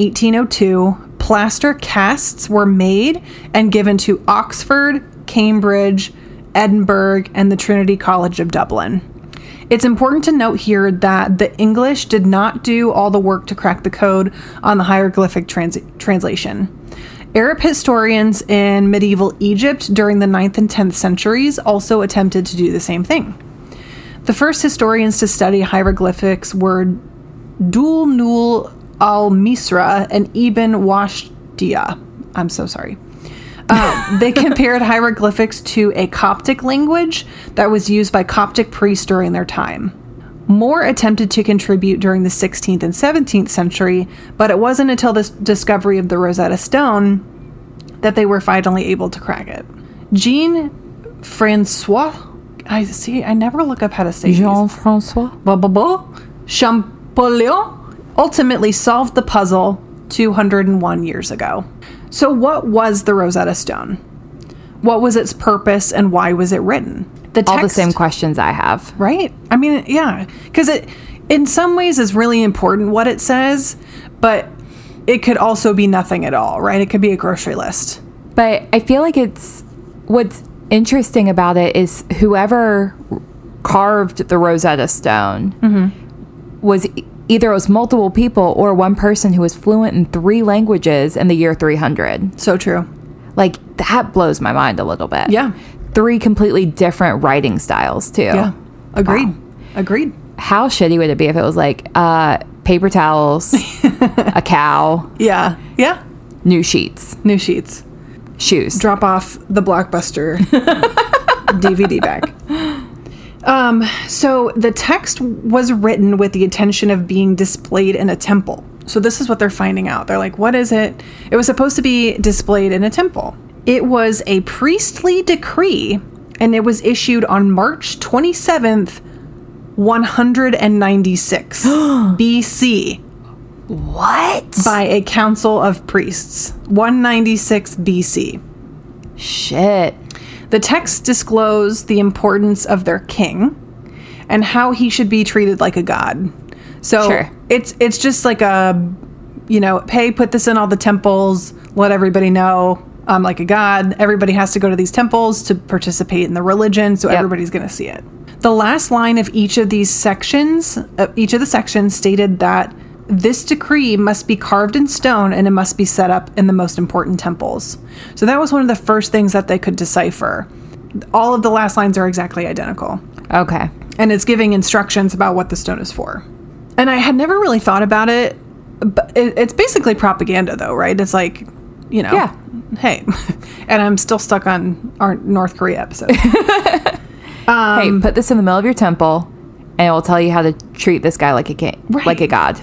C: 1802, plaster casts were made and given to Oxford, Cambridge, Edinburgh, and the Trinity College of Dublin. It's important to note here that the English did not do all the work to crack the code on the hieroglyphic trans- translation. Arab historians in medieval Egypt during the 9th and 10th centuries also attempted to do the same thing. The first historians to study hieroglyphics were Dul Nul al Misra and Ibn Washtia. I'm so sorry. Um, they compared hieroglyphics to a Coptic language that was used by Coptic priests during their time. More attempted to contribute during the 16th and 17th century, but it wasn't until the s- discovery of the Rosetta Stone that they were finally able to crack it. Jean Francois, I see, I never look up how to say these.
B: Jean Francois.
C: Blah, blah, blah. Champollion ultimately solved the puzzle 201 years ago. So, what was the Rosetta Stone? What was its purpose and why was it written? The text,
B: All the same questions I have.
C: right? I mean, yeah, because it, in some ways, is really important what it says, but it could also be nothing at all, right? It could be a grocery list.
B: But I feel like it's what's interesting about it is whoever carved the Rosetta Stone
C: Mm-hmm.
B: was e- either it was multiple people or one person who was fluent in three languages in the year 300.
C: So true.
B: Like that blows my mind a little bit.
C: Yeah.
B: Three completely different writing styles too.
C: Yeah, agreed.
B: Wow.
C: Agreed.
B: How shitty would it be if it was like uh paper
C: (laughs)
B: towels, a cow,
C: Yeah, yeah.
B: new sheets,
C: New sheets.
B: shoes.
C: drop off the blockbuster DVD back. Um, so the text was written with the intention of being displayed in a temple. So this is what they're finding out. They're like, what is it? It was supposed to be displayed in a temple. It was a priestly decree, and it was issued on March 27th, 196 BC
B: what?
C: by a council of priests. 196 BC.
B: Shit.
C: The texts disclose the importance of their king and how he should be treated like a god. So
B: Sure.
C: it's it's just like a you know, hey, put this in all the temples, let everybody know I'm like a god. Everybody has to go to these temples to participate in the religion, so
B: Yep.
C: everybody's going to see it. The last line of each of these sections, uh, each of the sections stated that this decree must be carved in stone and it must be set up in the most important temples. So that was one of the first things that they could decipher. All of the last lines are exactly identical
B: Okay.
C: and it's giving instructions about what the stone is for. And I had never really thought about it, but it, it's basically propaganda, though, right? It's like, you know,
B: Yeah.
C: hey, (laughs) and I'm still stuck on our North Korea episode. Um,
B: hey, put this in the middle of your temple, and it will tell you how to treat this guy like a king,
C: Right.
B: like a god.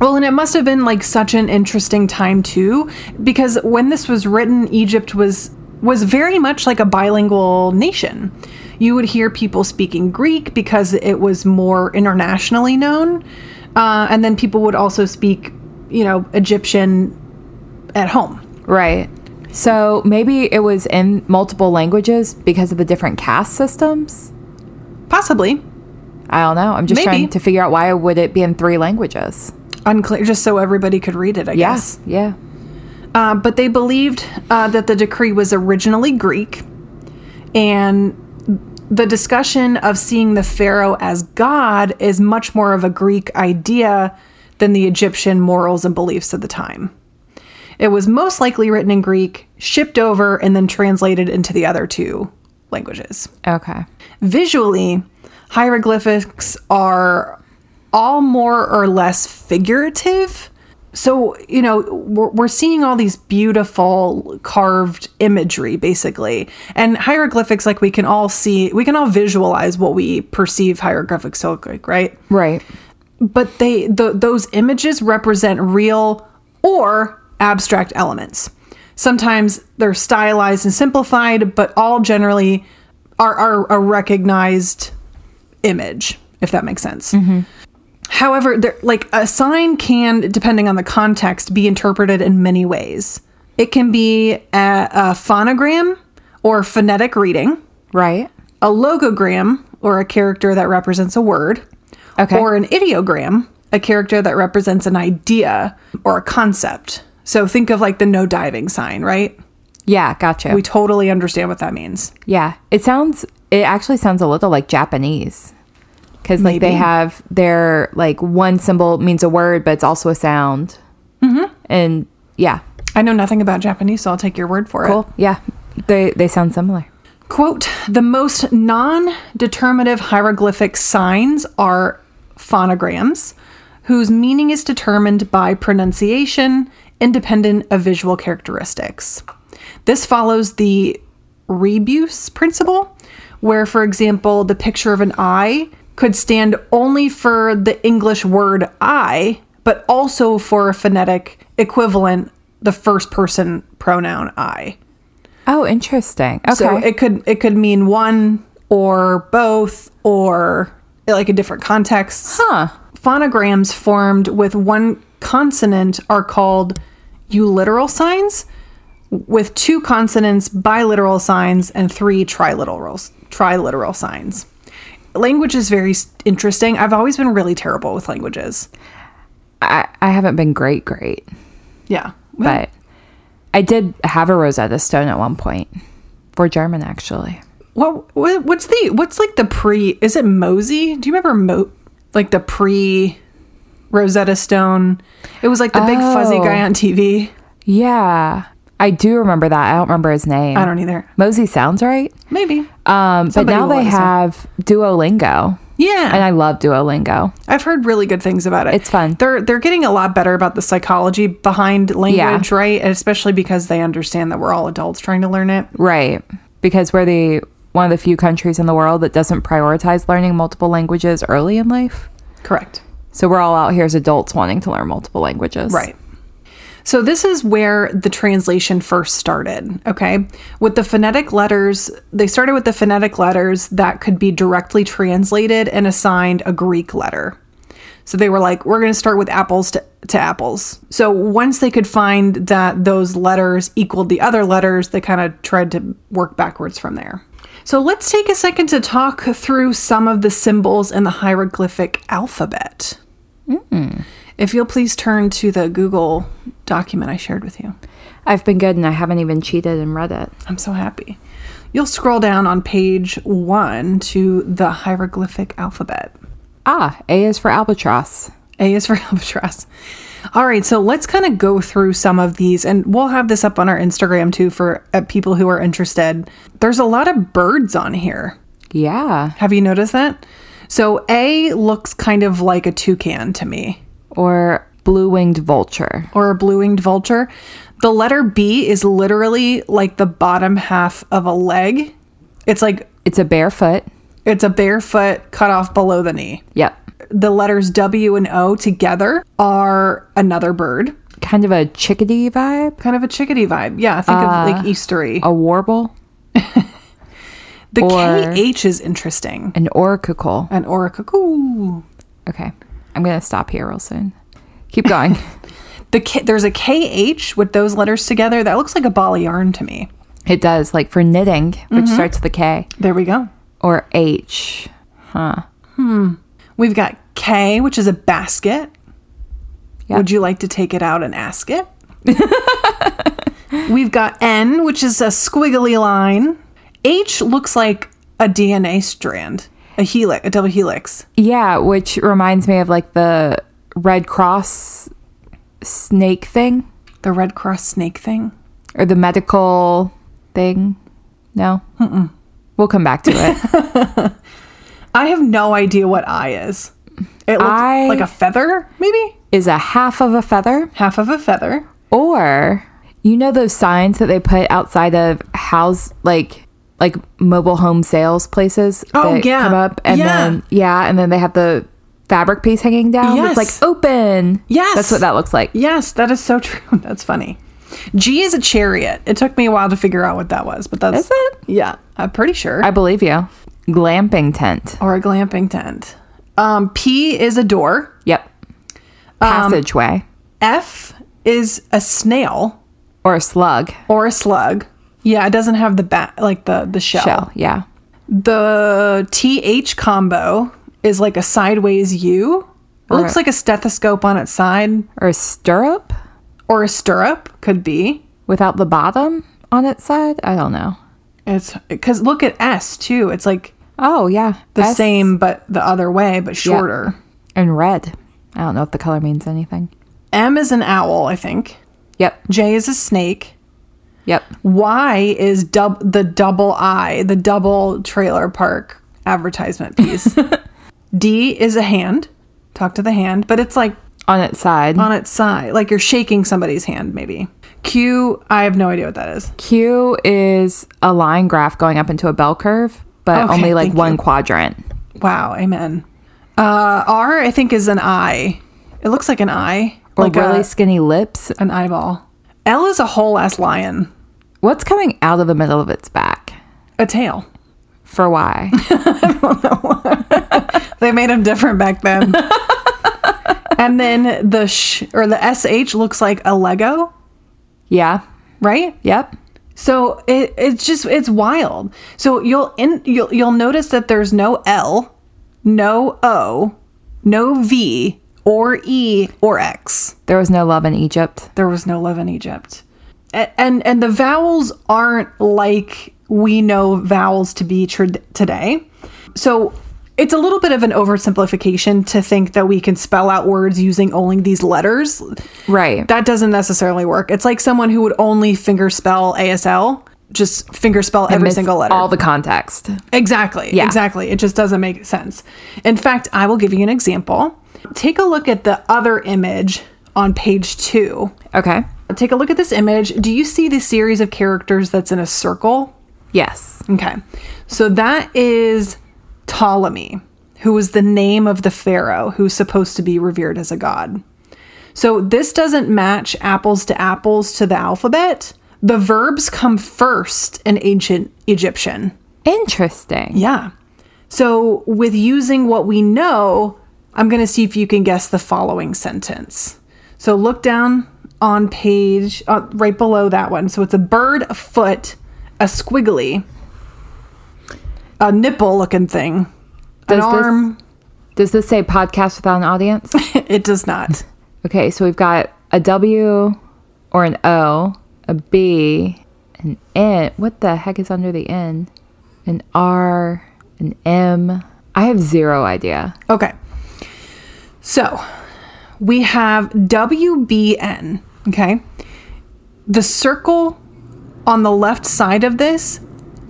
C: Well, and it must have been like such an interesting time too, because when this was written, Egypt was was very much like a bilingual nation. You would hear people speaking Greek because it was more internationally known, uh, and then people would also speak, you know, Egyptian at home.
B: Right. So maybe it was in multiple languages because of the different caste systems.
C: Possibly
B: I don't know. I'm just
C: Maybe.
B: trying to figure out why would it be in three languages.
C: unclear, just so everybody could read it. I guess.
B: Yes. Yeah.
C: Uh, but they believed uh, that the decree was originally Greek, and the discussion of seeing the pharaoh as god is much more of a Greek idea than the Egyptian morals and beliefs of the time. It was most likely written in Greek, shipped over, and then translated into the other two languages.
B: Okay.
C: Visually, hieroglyphics are all more or less figurative. So, you know, we're, we're seeing all these beautiful carved imagery, basically. And hieroglyphics, like we can all see, we can all visualize what we perceive hieroglyphics to look like, right?
B: Right.
C: but they th- those images represent real or abstract elements. Sometimes they're stylized and simplified, but all generally are, are a recognized image, if that makes sense. However, there, like a sign can, depending on the context, be interpreted in many ways. It can be a, a phonogram or phonetic reading,
B: Right.
C: a logogram or a character that represents a word,
B: Okay.
C: or an ideogram, a character that represents an idea or a concept. So think of like the no diving sign, right?
B: Yeah. Gotcha.
C: We totally understand what that means.
B: yeah. It sounds. It actually sounds a little like Japanese, because like they
C: Maybe.
B: have their like one symbol means a word, but it's also a sound. Mm-hmm. And yeah.
C: I know nothing about Japanese, so I'll take your word for it.
B: Cool. Yeah. They they sound similar.
C: Quote The most non determinative hieroglyphic signs are phonograms, whose meaning is determined by pronunciation independent of visual characteristics. This follows the rebus principle, where, for example, the picture of an eye could stand only for the English word I, but also for a phonetic equivalent, the first person pronoun I.
B: Oh, interesting. Okay.
C: So it could it could mean one or both or like a different context.
B: Huh.
C: Phonograms formed with one consonant are called uliteral signs, with two consonants biliteral signs and three triliteral triliteral signs. Language is very s- interesting. I've always been really terrible with languages.
B: I I haven't been great great,
C: Yeah.
B: but I did have a Rosetta Stone at one point for German actually.
C: What, what what's the what's like the pre is it Mosey? Do you remember Mo like the pre Rosetta Stone? It was like the big fuzzy guy
B: Oh.
C: on TV.
B: Yeah, I do remember that. I don't remember his name.
C: I don't either.
B: Mosey sounds right.
C: Maybe.
B: Um, but
C: Somebody
B: now
C: will
B: they
C: let us know.
B: have Duolingo, and
C: Yeah.
B: I love Duolingo.
C: I've heard really good things about it.
B: It's fun.
C: They're they're getting a lot better about the psychology behind language,
B: Yeah.
C: right? Especially because they understand that we're all adults trying to learn it.
B: Right, because we're the one of the few countries in the world that doesn't prioritize learning multiple languages early in life.
C: Correct.
B: So we're all out here as adults wanting to learn multiple languages.
C: Right. So this is where the translation first started, okay? With the phonetic letters, they started with the phonetic letters that could be directly translated and assigned a Greek letter. So they were like, we're going to start with apples to, to apples. So once they could find that those letters equaled the other letters, they kind of tried to work backwards from there. So let's take a second to talk through some of the symbols in the hieroglyphic alphabet. If you'll please turn to the Google document I shared with you.
B: I've been good, and I haven't even cheated and read it.
C: I'm so happy. You'll scroll down on page one to the hieroglyphic alphabet.
B: Ah, A is for albatross.
C: A is for (laughs) albatross. All right, so let's kind of go through some of these, and we'll have this up on our Instagram too for uh, people who are interested. There's a lot of birds on here.
B: Yeah,
C: Have you noticed that? So A looks kind of like a toucan to me.
B: or blue winged vulture.
C: or a blue winged vulture. The letter B is literally like the bottom half of a leg. It's like
B: It's a barefoot.
C: it's a barefoot cut off below the knee.
B: Yep.
C: The letters W and O together are another bird,
B: Kind of a chickadee vibe,
C: kind of a chickadee vibe. Yeah, think of like Eastery.
B: a warble,
C: the
B: or-
C: KH is interesting.
B: an oracle.
C: An oracle.
B: Okay. I'm going to stop here real soon. Keep going.
C: The K- there's a KH with those letters together that looks like a ball of yarn to me.
B: it does, like for knitting, which starts with a K,
C: There we go.
B: or H.
C: We've got K, which is a basket.
B: Yeah.
C: Would you like to take it out and ask it? We've got N, which is a squiggly line. H looks like a DNA strand, a helix, a double helix.
B: Yeah, which reminds me of like the Red Cross snake thing.
C: The Red Cross snake thing.
B: or the medical thing? No. Mm-mm. We'll come back to
C: (laughs)
B: it.
C: I have no idea what eye is. It looks
B: Eye-
C: like a feather, maybe?
B: Is a half of a feather
C: Half of a feather.
B: or you know those signs that they put outside of house like like mobile home sales places
C: Oh,
B: that
C: yeah.
B: come up and
C: Yeah.
B: then yeah and then they have the fabric piece hanging down that's
C: Yes.
B: like open
C: Yes.
B: that's what that looks like
C: Yes, that is so (laughs) true. That's funny. G is a chariot. It took me a while to figure out what that was, but that's
B: Is it?
C: Yeah, I'm pretty sure.
B: i believe you glamping tent
C: or a glamping tent. Um, P is a door.
B: yep
C: Um,
B: passageway
C: F is a snail
B: or a slug
C: or a slug. Yeah, it doesn't have the bat like the the shell.
B: shell yeah
C: The TH combo is like a sideways U. It looks
B: Right.
C: like a stethoscope on its side
B: or a stirrup
C: or a stirrup could be.
B: without the bottom on its side i don't know
C: It's cuz look at S too. It's like
B: oh yeah
C: the
B: S
C: same but the other way but shorter.
B: and red i don't know if the color means anything
C: M is an owl, I think.
B: yep
C: J is a snake.
B: yep
C: Y is dub- the double I, the double trailer park
B: (laughs)
C: advertisement piece. D is a hand. Talk to the hand, but it's like
B: on its side
C: on its side, like you're shaking somebody's hand, maybe. Q, I have no idea what that is.
B: Q is a line graph going up into a bell curve, but
C: Okay,
B: only like
C: thank
B: one
C: you.
B: quadrant.
C: Wow, amen. Uh, R, I think, is an eye. It looks like an eye,
B: Or
C: like
B: really
C: a-
B: skinny lips.
C: an eyeball. L is a whole ass lion,
B: What's coming out of the middle of its back?
C: a tail.
B: For
C: (laughs)
B: why?
C: They made him different
B: (laughs)
C: back then. and then the sh or the sh looks like a Lego,
B: yeah.
C: right?
B: Yep.
C: So it, it's just it's wild. So you'll in you'll you'll notice that there's no L, no O, no V or E or X.
B: There was no love in Egypt.
C: There was no love in Egypt. And and, and the vowels aren't like we know vowels to be tr- today. So it's a little bit of an oversimplification to think that we can spell out words using only these letters.
B: Right.
C: That doesn't necessarily work. It's like someone who would only finger spell ASL, just finger spell every
B: Miss
C: single letter.
B: All the context.
C: exactly.
B: Yeah.
C: Exactly. It just doesn't make sense. In fact, I will give you an example. Take a look at the other image on page two.
B: Okay.
C: Take a look at this image. Do you see the series of characters that's in a circle?
B: Yes.
C: Okay. So that is Ptolemy, who was the name of the pharaoh who's supposed to be revered as a god. So this doesn't match apples to apples to the alphabet. The verbs come first in ancient Egyptian.
B: Interesting.
C: Yeah. So with using what we know, I'm going to see if you can guess the following sentence. So look down on page uh, right below that one. So it's a bird, a foot, a squiggly, a nipple looking thing, an
B: Does this-
C: arm. (laughs)
B: Does this say podcast without an audience?
C: it does not.
B: okay. So we've got a W or an O, a B, an N. What the heck is under the N? An R, an M. I have zero idea.
C: Okay. So we have WBN. Okay. The circle on the left side of this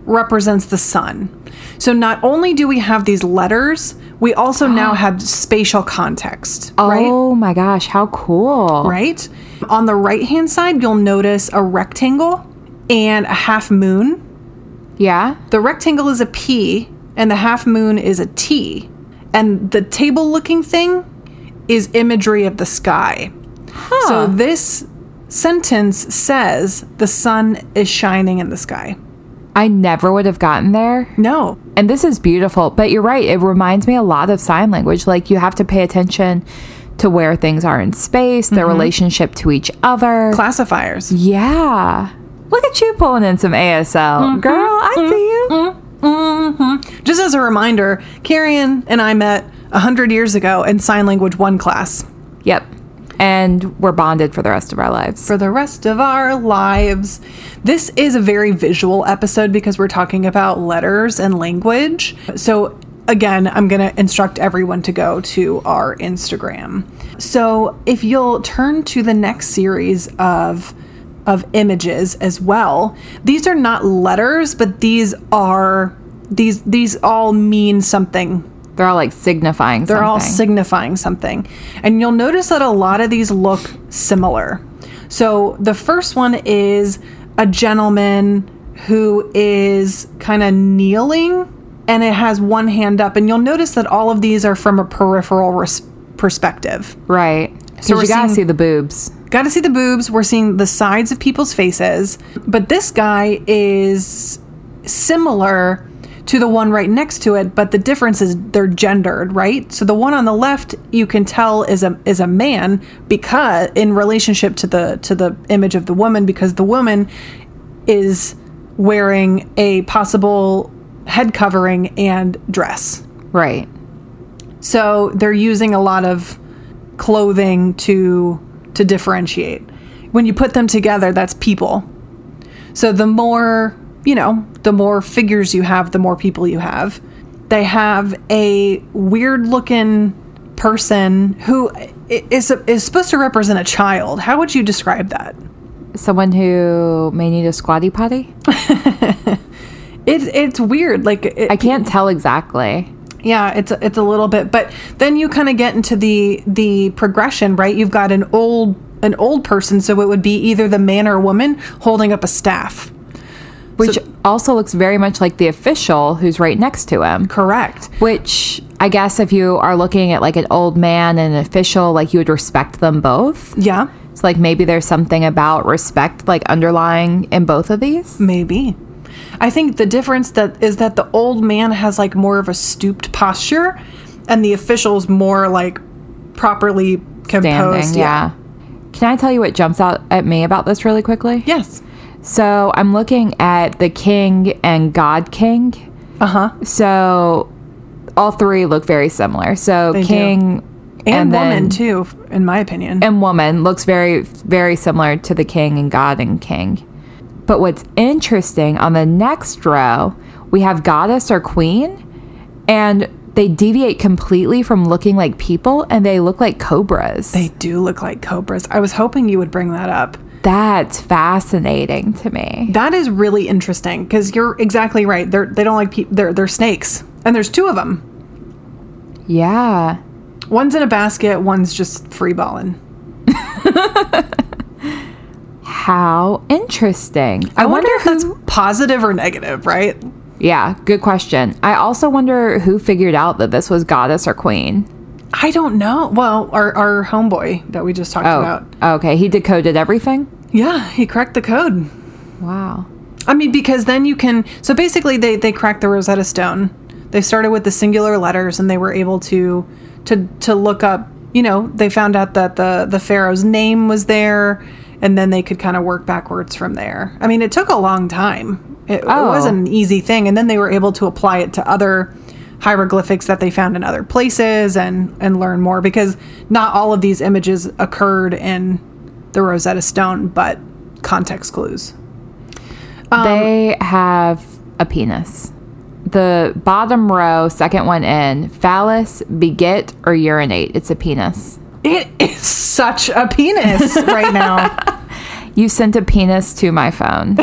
C: represents the sun. So not only do we have these letters, we also now have spatial context, right?
B: Oh my gosh, how cool.
C: Right? On the right hand side, you'll notice a rectangle and a half moon.
B: Yeah.
C: The rectangle is a P and the half moon is a T. And the table looking thing is imagery of the sky. So this sentence says the sun is shining in the sky.
B: I never would have gotten there.
C: No.
B: And this is beautiful, but you're right. It reminds me a lot of sign language. Like you have to pay attention to where things are in space,
C: Mm-hmm.
B: their relationship to each other.
C: Classifiers.
B: yeah. Look at you pulling in some ASL.
C: Mm-hmm.
B: Girl, I see you.
C: Just as a reminder, Carrion and I met 100 years ago in Sign Language 1 class.
B: Yep. And we're bonded for the rest of our lives.
C: for the rest of our lives. This is a very visual episode because we're talking about letters and language. So again, I'm going to instruct everyone to go to our Instagram. So if you'll turn to the next series of of images as well. These are not letters, but these are these these all mean something
B: They're all like signifying
C: they're all
B: something.
C: signifying something. And you'll notice that a lot of these look similar. So the first one is a gentleman who is kind of kneeling and it has one hand up. And you'll notice that all of these are from a peripheral res- perspective.
B: right. So
C: we're
B: you gotta
C: seeing-
B: see the boobs.
C: Got to see the boobs. We're seeing the sides of people's faces. But this guy is similar to the one right next to it, but the difference is they're gendered, right? So the one on the left you can tell is a is a man because in relationship to the to the image of the woman because the woman is wearing a possible head covering and dress.
B: Right.
C: So they're using a lot of clothing to to differentiate. When you put them together, that's people. So the more, you know, the more figures you have, the more people you have. They have a weird-looking person who i- is is supposed to represent a child. How would you describe that?
B: Someone who may need a squatty potty.
C: It, it's weird. Like it,
B: I can't tell exactly.
C: yeah it's it's a little bit but then you kind of get into the the progression right you've got an old an old person so it would be either the man or woman holding up a staff
B: Which also looks very much like the official who's right next to him.
C: correct
B: Which I guess if you are looking at like an old man and an official, like you would respect them both.
C: yeah
B: It's like maybe there's something about respect like underlying in both of these.
C: maybe i think the difference that is that the old man has like more of a stooped posture and the officials more like properly
B: Standing,
C: composed
B: yeah. Can I tell you what jumps out at me about this really quickly?
C: yes
B: So I'm looking at the king and God King.
C: uh-huh
B: So all three look very similar. So
C: do.
B: king
C: and, woman
B: then-
C: too in my opinion
B: and woman looks very very similar to the king and god and king but what's interesting on the next row we have goddess or queen and they deviate completely from looking like people and they look like cobras
C: they do look like cobras i was hoping you would bring that up
B: that's fascinating to me
C: That is really interesting because you're exactly right. They're they don't like pe- they're they're snakes, and there's two of them.
B: yeah
C: One's in a basket, one's just free balling.
B: how interesting
C: I, wonder, if that's positive or negative, right?
B: yeah good question i also wonder who figured out that this was goddess or queen
C: I don't know. Well, our our homeboy that we just talked
B: oh
C: about.
B: okay he decoded everything
C: Yeah, he cracked the code.
B: wow
C: I mean, because then you can. So basically, they they cracked the Rosetta Stone. They started with the singular letters, and they were able to to to look up. You know, they found out that the the pharaoh's name was there, and then they could kind of work backwards from there. I mean, it took a long time. It, it
B: Oh.
C: wasn't an easy thing, and then they were able to apply it to other hieroglyphics that they found in other places and and learn more because not all of these images occurred in the Rosetta Stone, but context clues. Um,
B: they have a penis. The bottom row, second one in, phallus, beget, or urinate. It's a penis.
C: It is such a penis right now.
B: You sent a penis to my phone.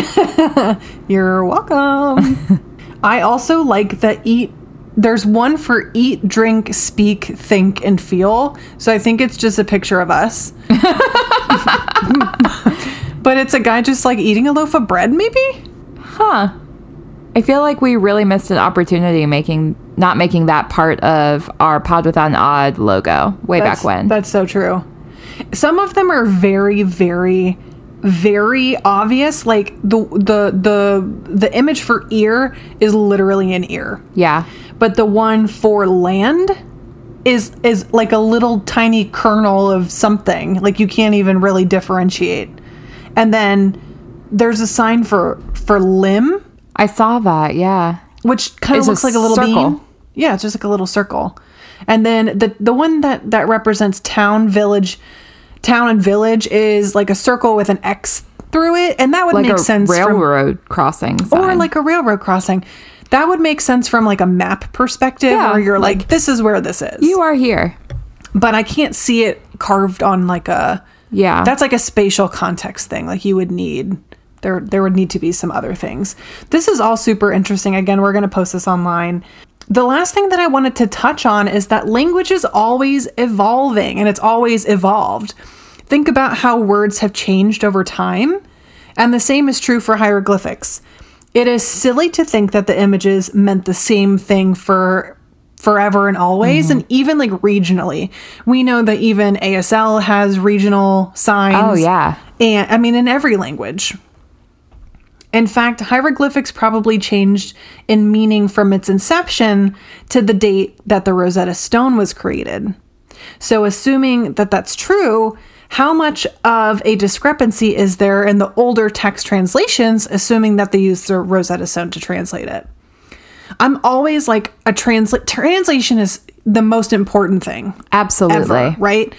C: You're welcome. I also like the eat. There's one for eat, drink, speak, think, and feel. So I think it's just a picture of us. but it's a guy just like eating a loaf of bread, maybe?
B: Huh. I feel like we really missed an opportunity making not making that part of our Pod with an Odd logo way
C: That's-
B: back when.
C: That's so true. Some of them are very, very, very obvious. Like the the the the image for ear is literally an ear.
B: yeah.
C: but the one for land is is like a little tiny kernel of something like you can't even really differentiate and then there's a sign for for limb
B: I saw that. Yeah.
C: which kind of
B: It's a
C: looks like a little
B: circle.
C: bean yeah it's just like a little circle and then the the one that that represents town village town and village is like a circle with an x through it and that would
B: Like
C: make
B: a
C: sense from-
B: railroad crossing.
C: or
B: sign.
C: like a railroad crossing That would make sense from like a map perspective
B: Yeah,
C: where you're
B: like-
C: like, this is where this is.
B: You are here.
C: but I can't see it carved on like a
B: Yeah.
C: that's like a spatial context thing. Like you would need there there would need to be some other things. This is all super interesting. Again, we're going to post this online. The last thing that I wanted to touch on is that language is always evolving and it's always evolved. Think about how words have changed over time, and the same is true for hieroglyphics. It is silly to think that the images meant the same thing for forever and always and
B: Mm-hmm.
C: even like regionally we know that even asl has regional signs
B: Oh, yeah.
C: and i mean in every language in fact hieroglyphics probably changed in meaning from its inception to the date that the rosetta stone was created so assuming that that's true how much of a discrepancy is there in the older text translations assuming that they used the rosetta stone to translate it I'm always like a translate translation is the most important thing
B: Absolutely.
C: ever, right?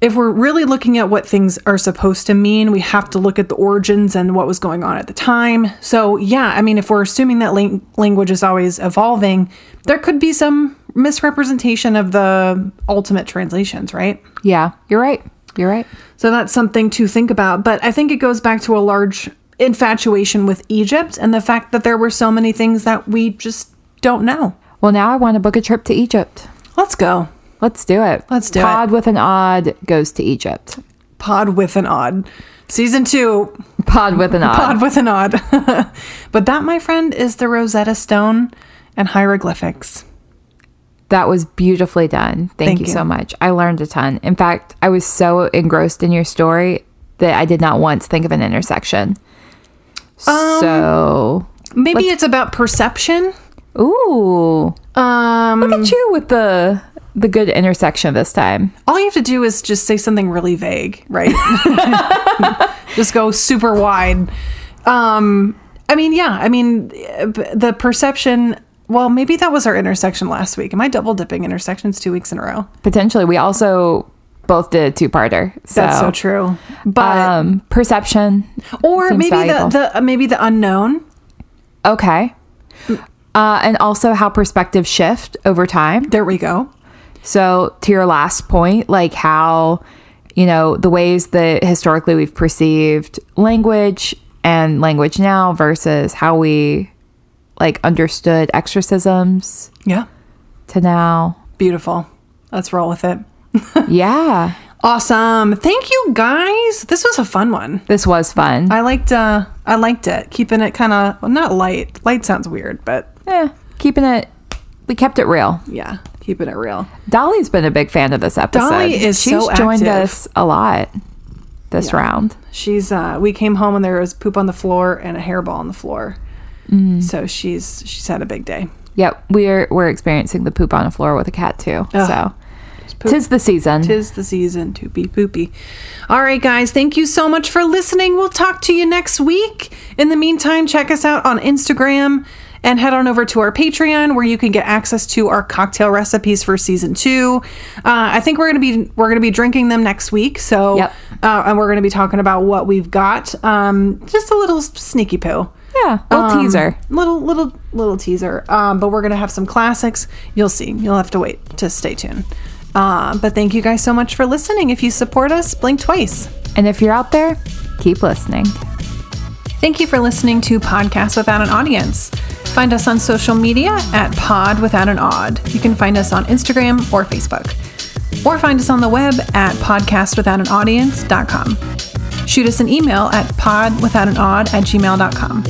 C: If we're really looking at what things are supposed to mean, we have to look at the origins and what was going on at the time. So, yeah, I mean, if we're assuming that lang- language is always evolving, there could be some misrepresentation of the ultimate translations, right?
B: Yeah. You're right. You're right.
C: So that's something to think about. But I think it goes back to a large infatuation with Egypt and the fact that there were so many things that we just don't know.
B: Well, now I want to book a trip to Egypt.
C: Let's go.
B: Let's do it.
C: Let's do it.
B: Pod with an odd goes to Egypt.
C: Pod with an odd. Season two,
B: Pod
C: (laughs)
B: with an odd.
C: pod with an odd. but that, my friend, is the Rosetta Stone and hieroglyphics.
B: That was beautifully done. Thank,
C: Thank
B: you,
C: you.
B: so much. I learned a ton. In fact, I was so engrossed in your story that I did not once think of an intersection.
C: Um,
B: so,
C: Maybe it's about perception.
B: ooh, Mm.
C: Um,
B: look at you with the the good intersection this time.
C: all you have to do is just say something really vague, (laughs) right? just go super wide. Um, I mean, yeah, I mean, uh, b- the perception. Well, maybe that was our intersection last week. Am I double dipping intersections two weeks in a row?
B: Potentially, we also both did a two parter. So,
C: That's so true. But
B: Um, perception,
C: or
B: seems
C: maybe
B: valuable.
C: the the uh, maybe the unknown.
B: okay,
C: Mm.
B: uh, and also how perspective shift over time.
C: There we go.
B: So, to your last point, like how, you know, the ways that historically we've perceived language and language now versus how we like understood exorcisms
C: Yeah,
B: to now.
C: beautiful. Let's roll with it.
B: yeah,
C: Awesome. Thank you guys. This was a fun one.
B: this was fun.
C: I liked uh I liked it. Keeping it kind of well, not light. Light sounds weird, but
B: Eh, keeping it, we kept it real.
C: yeah, keeping it real.
B: Dolly's been a big fan of this episode.
C: Dolly is
B: She's
C: so
B: joined
C: active.
B: us a lot this round.
C: She's uh we came home and there was poop on the floor and a hairball on the floor.
B: Mm.
C: So she's she's had a big day.
B: Yep, we're we're experiencing the poop on the floor with a cat too. So, tis the season.
C: Tis the season to be poopy. All right, guys, thank you so much for listening. We'll talk to you next week. In the meantime, check us out on Instagram and head on over to our Patreon where you can get access to our cocktail recipes for season two. Uh, I think we're gonna be we're gonna be drinking them next week. So,
B: Yep.
C: uh, and we're gonna be talking about what we've got. Um, just a little sneaky poo.
B: Yeah, little
C: Um,
B: teaser.
C: little little little teaser um, but we're gonna have some classics you'll see you'll have to wait to stay tuned uh, but thank you guys so much for listening if you support us blink twice
B: And if you're out there, keep listening.
C: thank you for listening to podcast without an audience find us on social media at pod without an odd you can find us on instagram or facebook or find us on the web at podcastwithoutanaudience.com shoot us an email at podwithoutanodd at gmail.com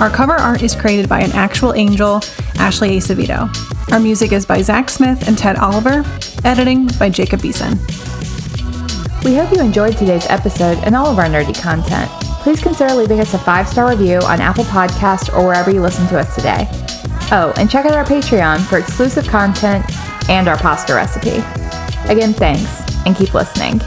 C: Our cover art is created by an actual angel, Ashley Acevedo. Our music is by Zach Smith and Ted Oliver, editing by Jacob Beeson.
B: We hope you enjoyed today's episode and all of our nerdy content. Please consider leaving us a five star review on Apple Podcasts or wherever you listen to us today. Oh, and check out our Patreon for exclusive content and our pasta recipe. Again, thanks and keep listening.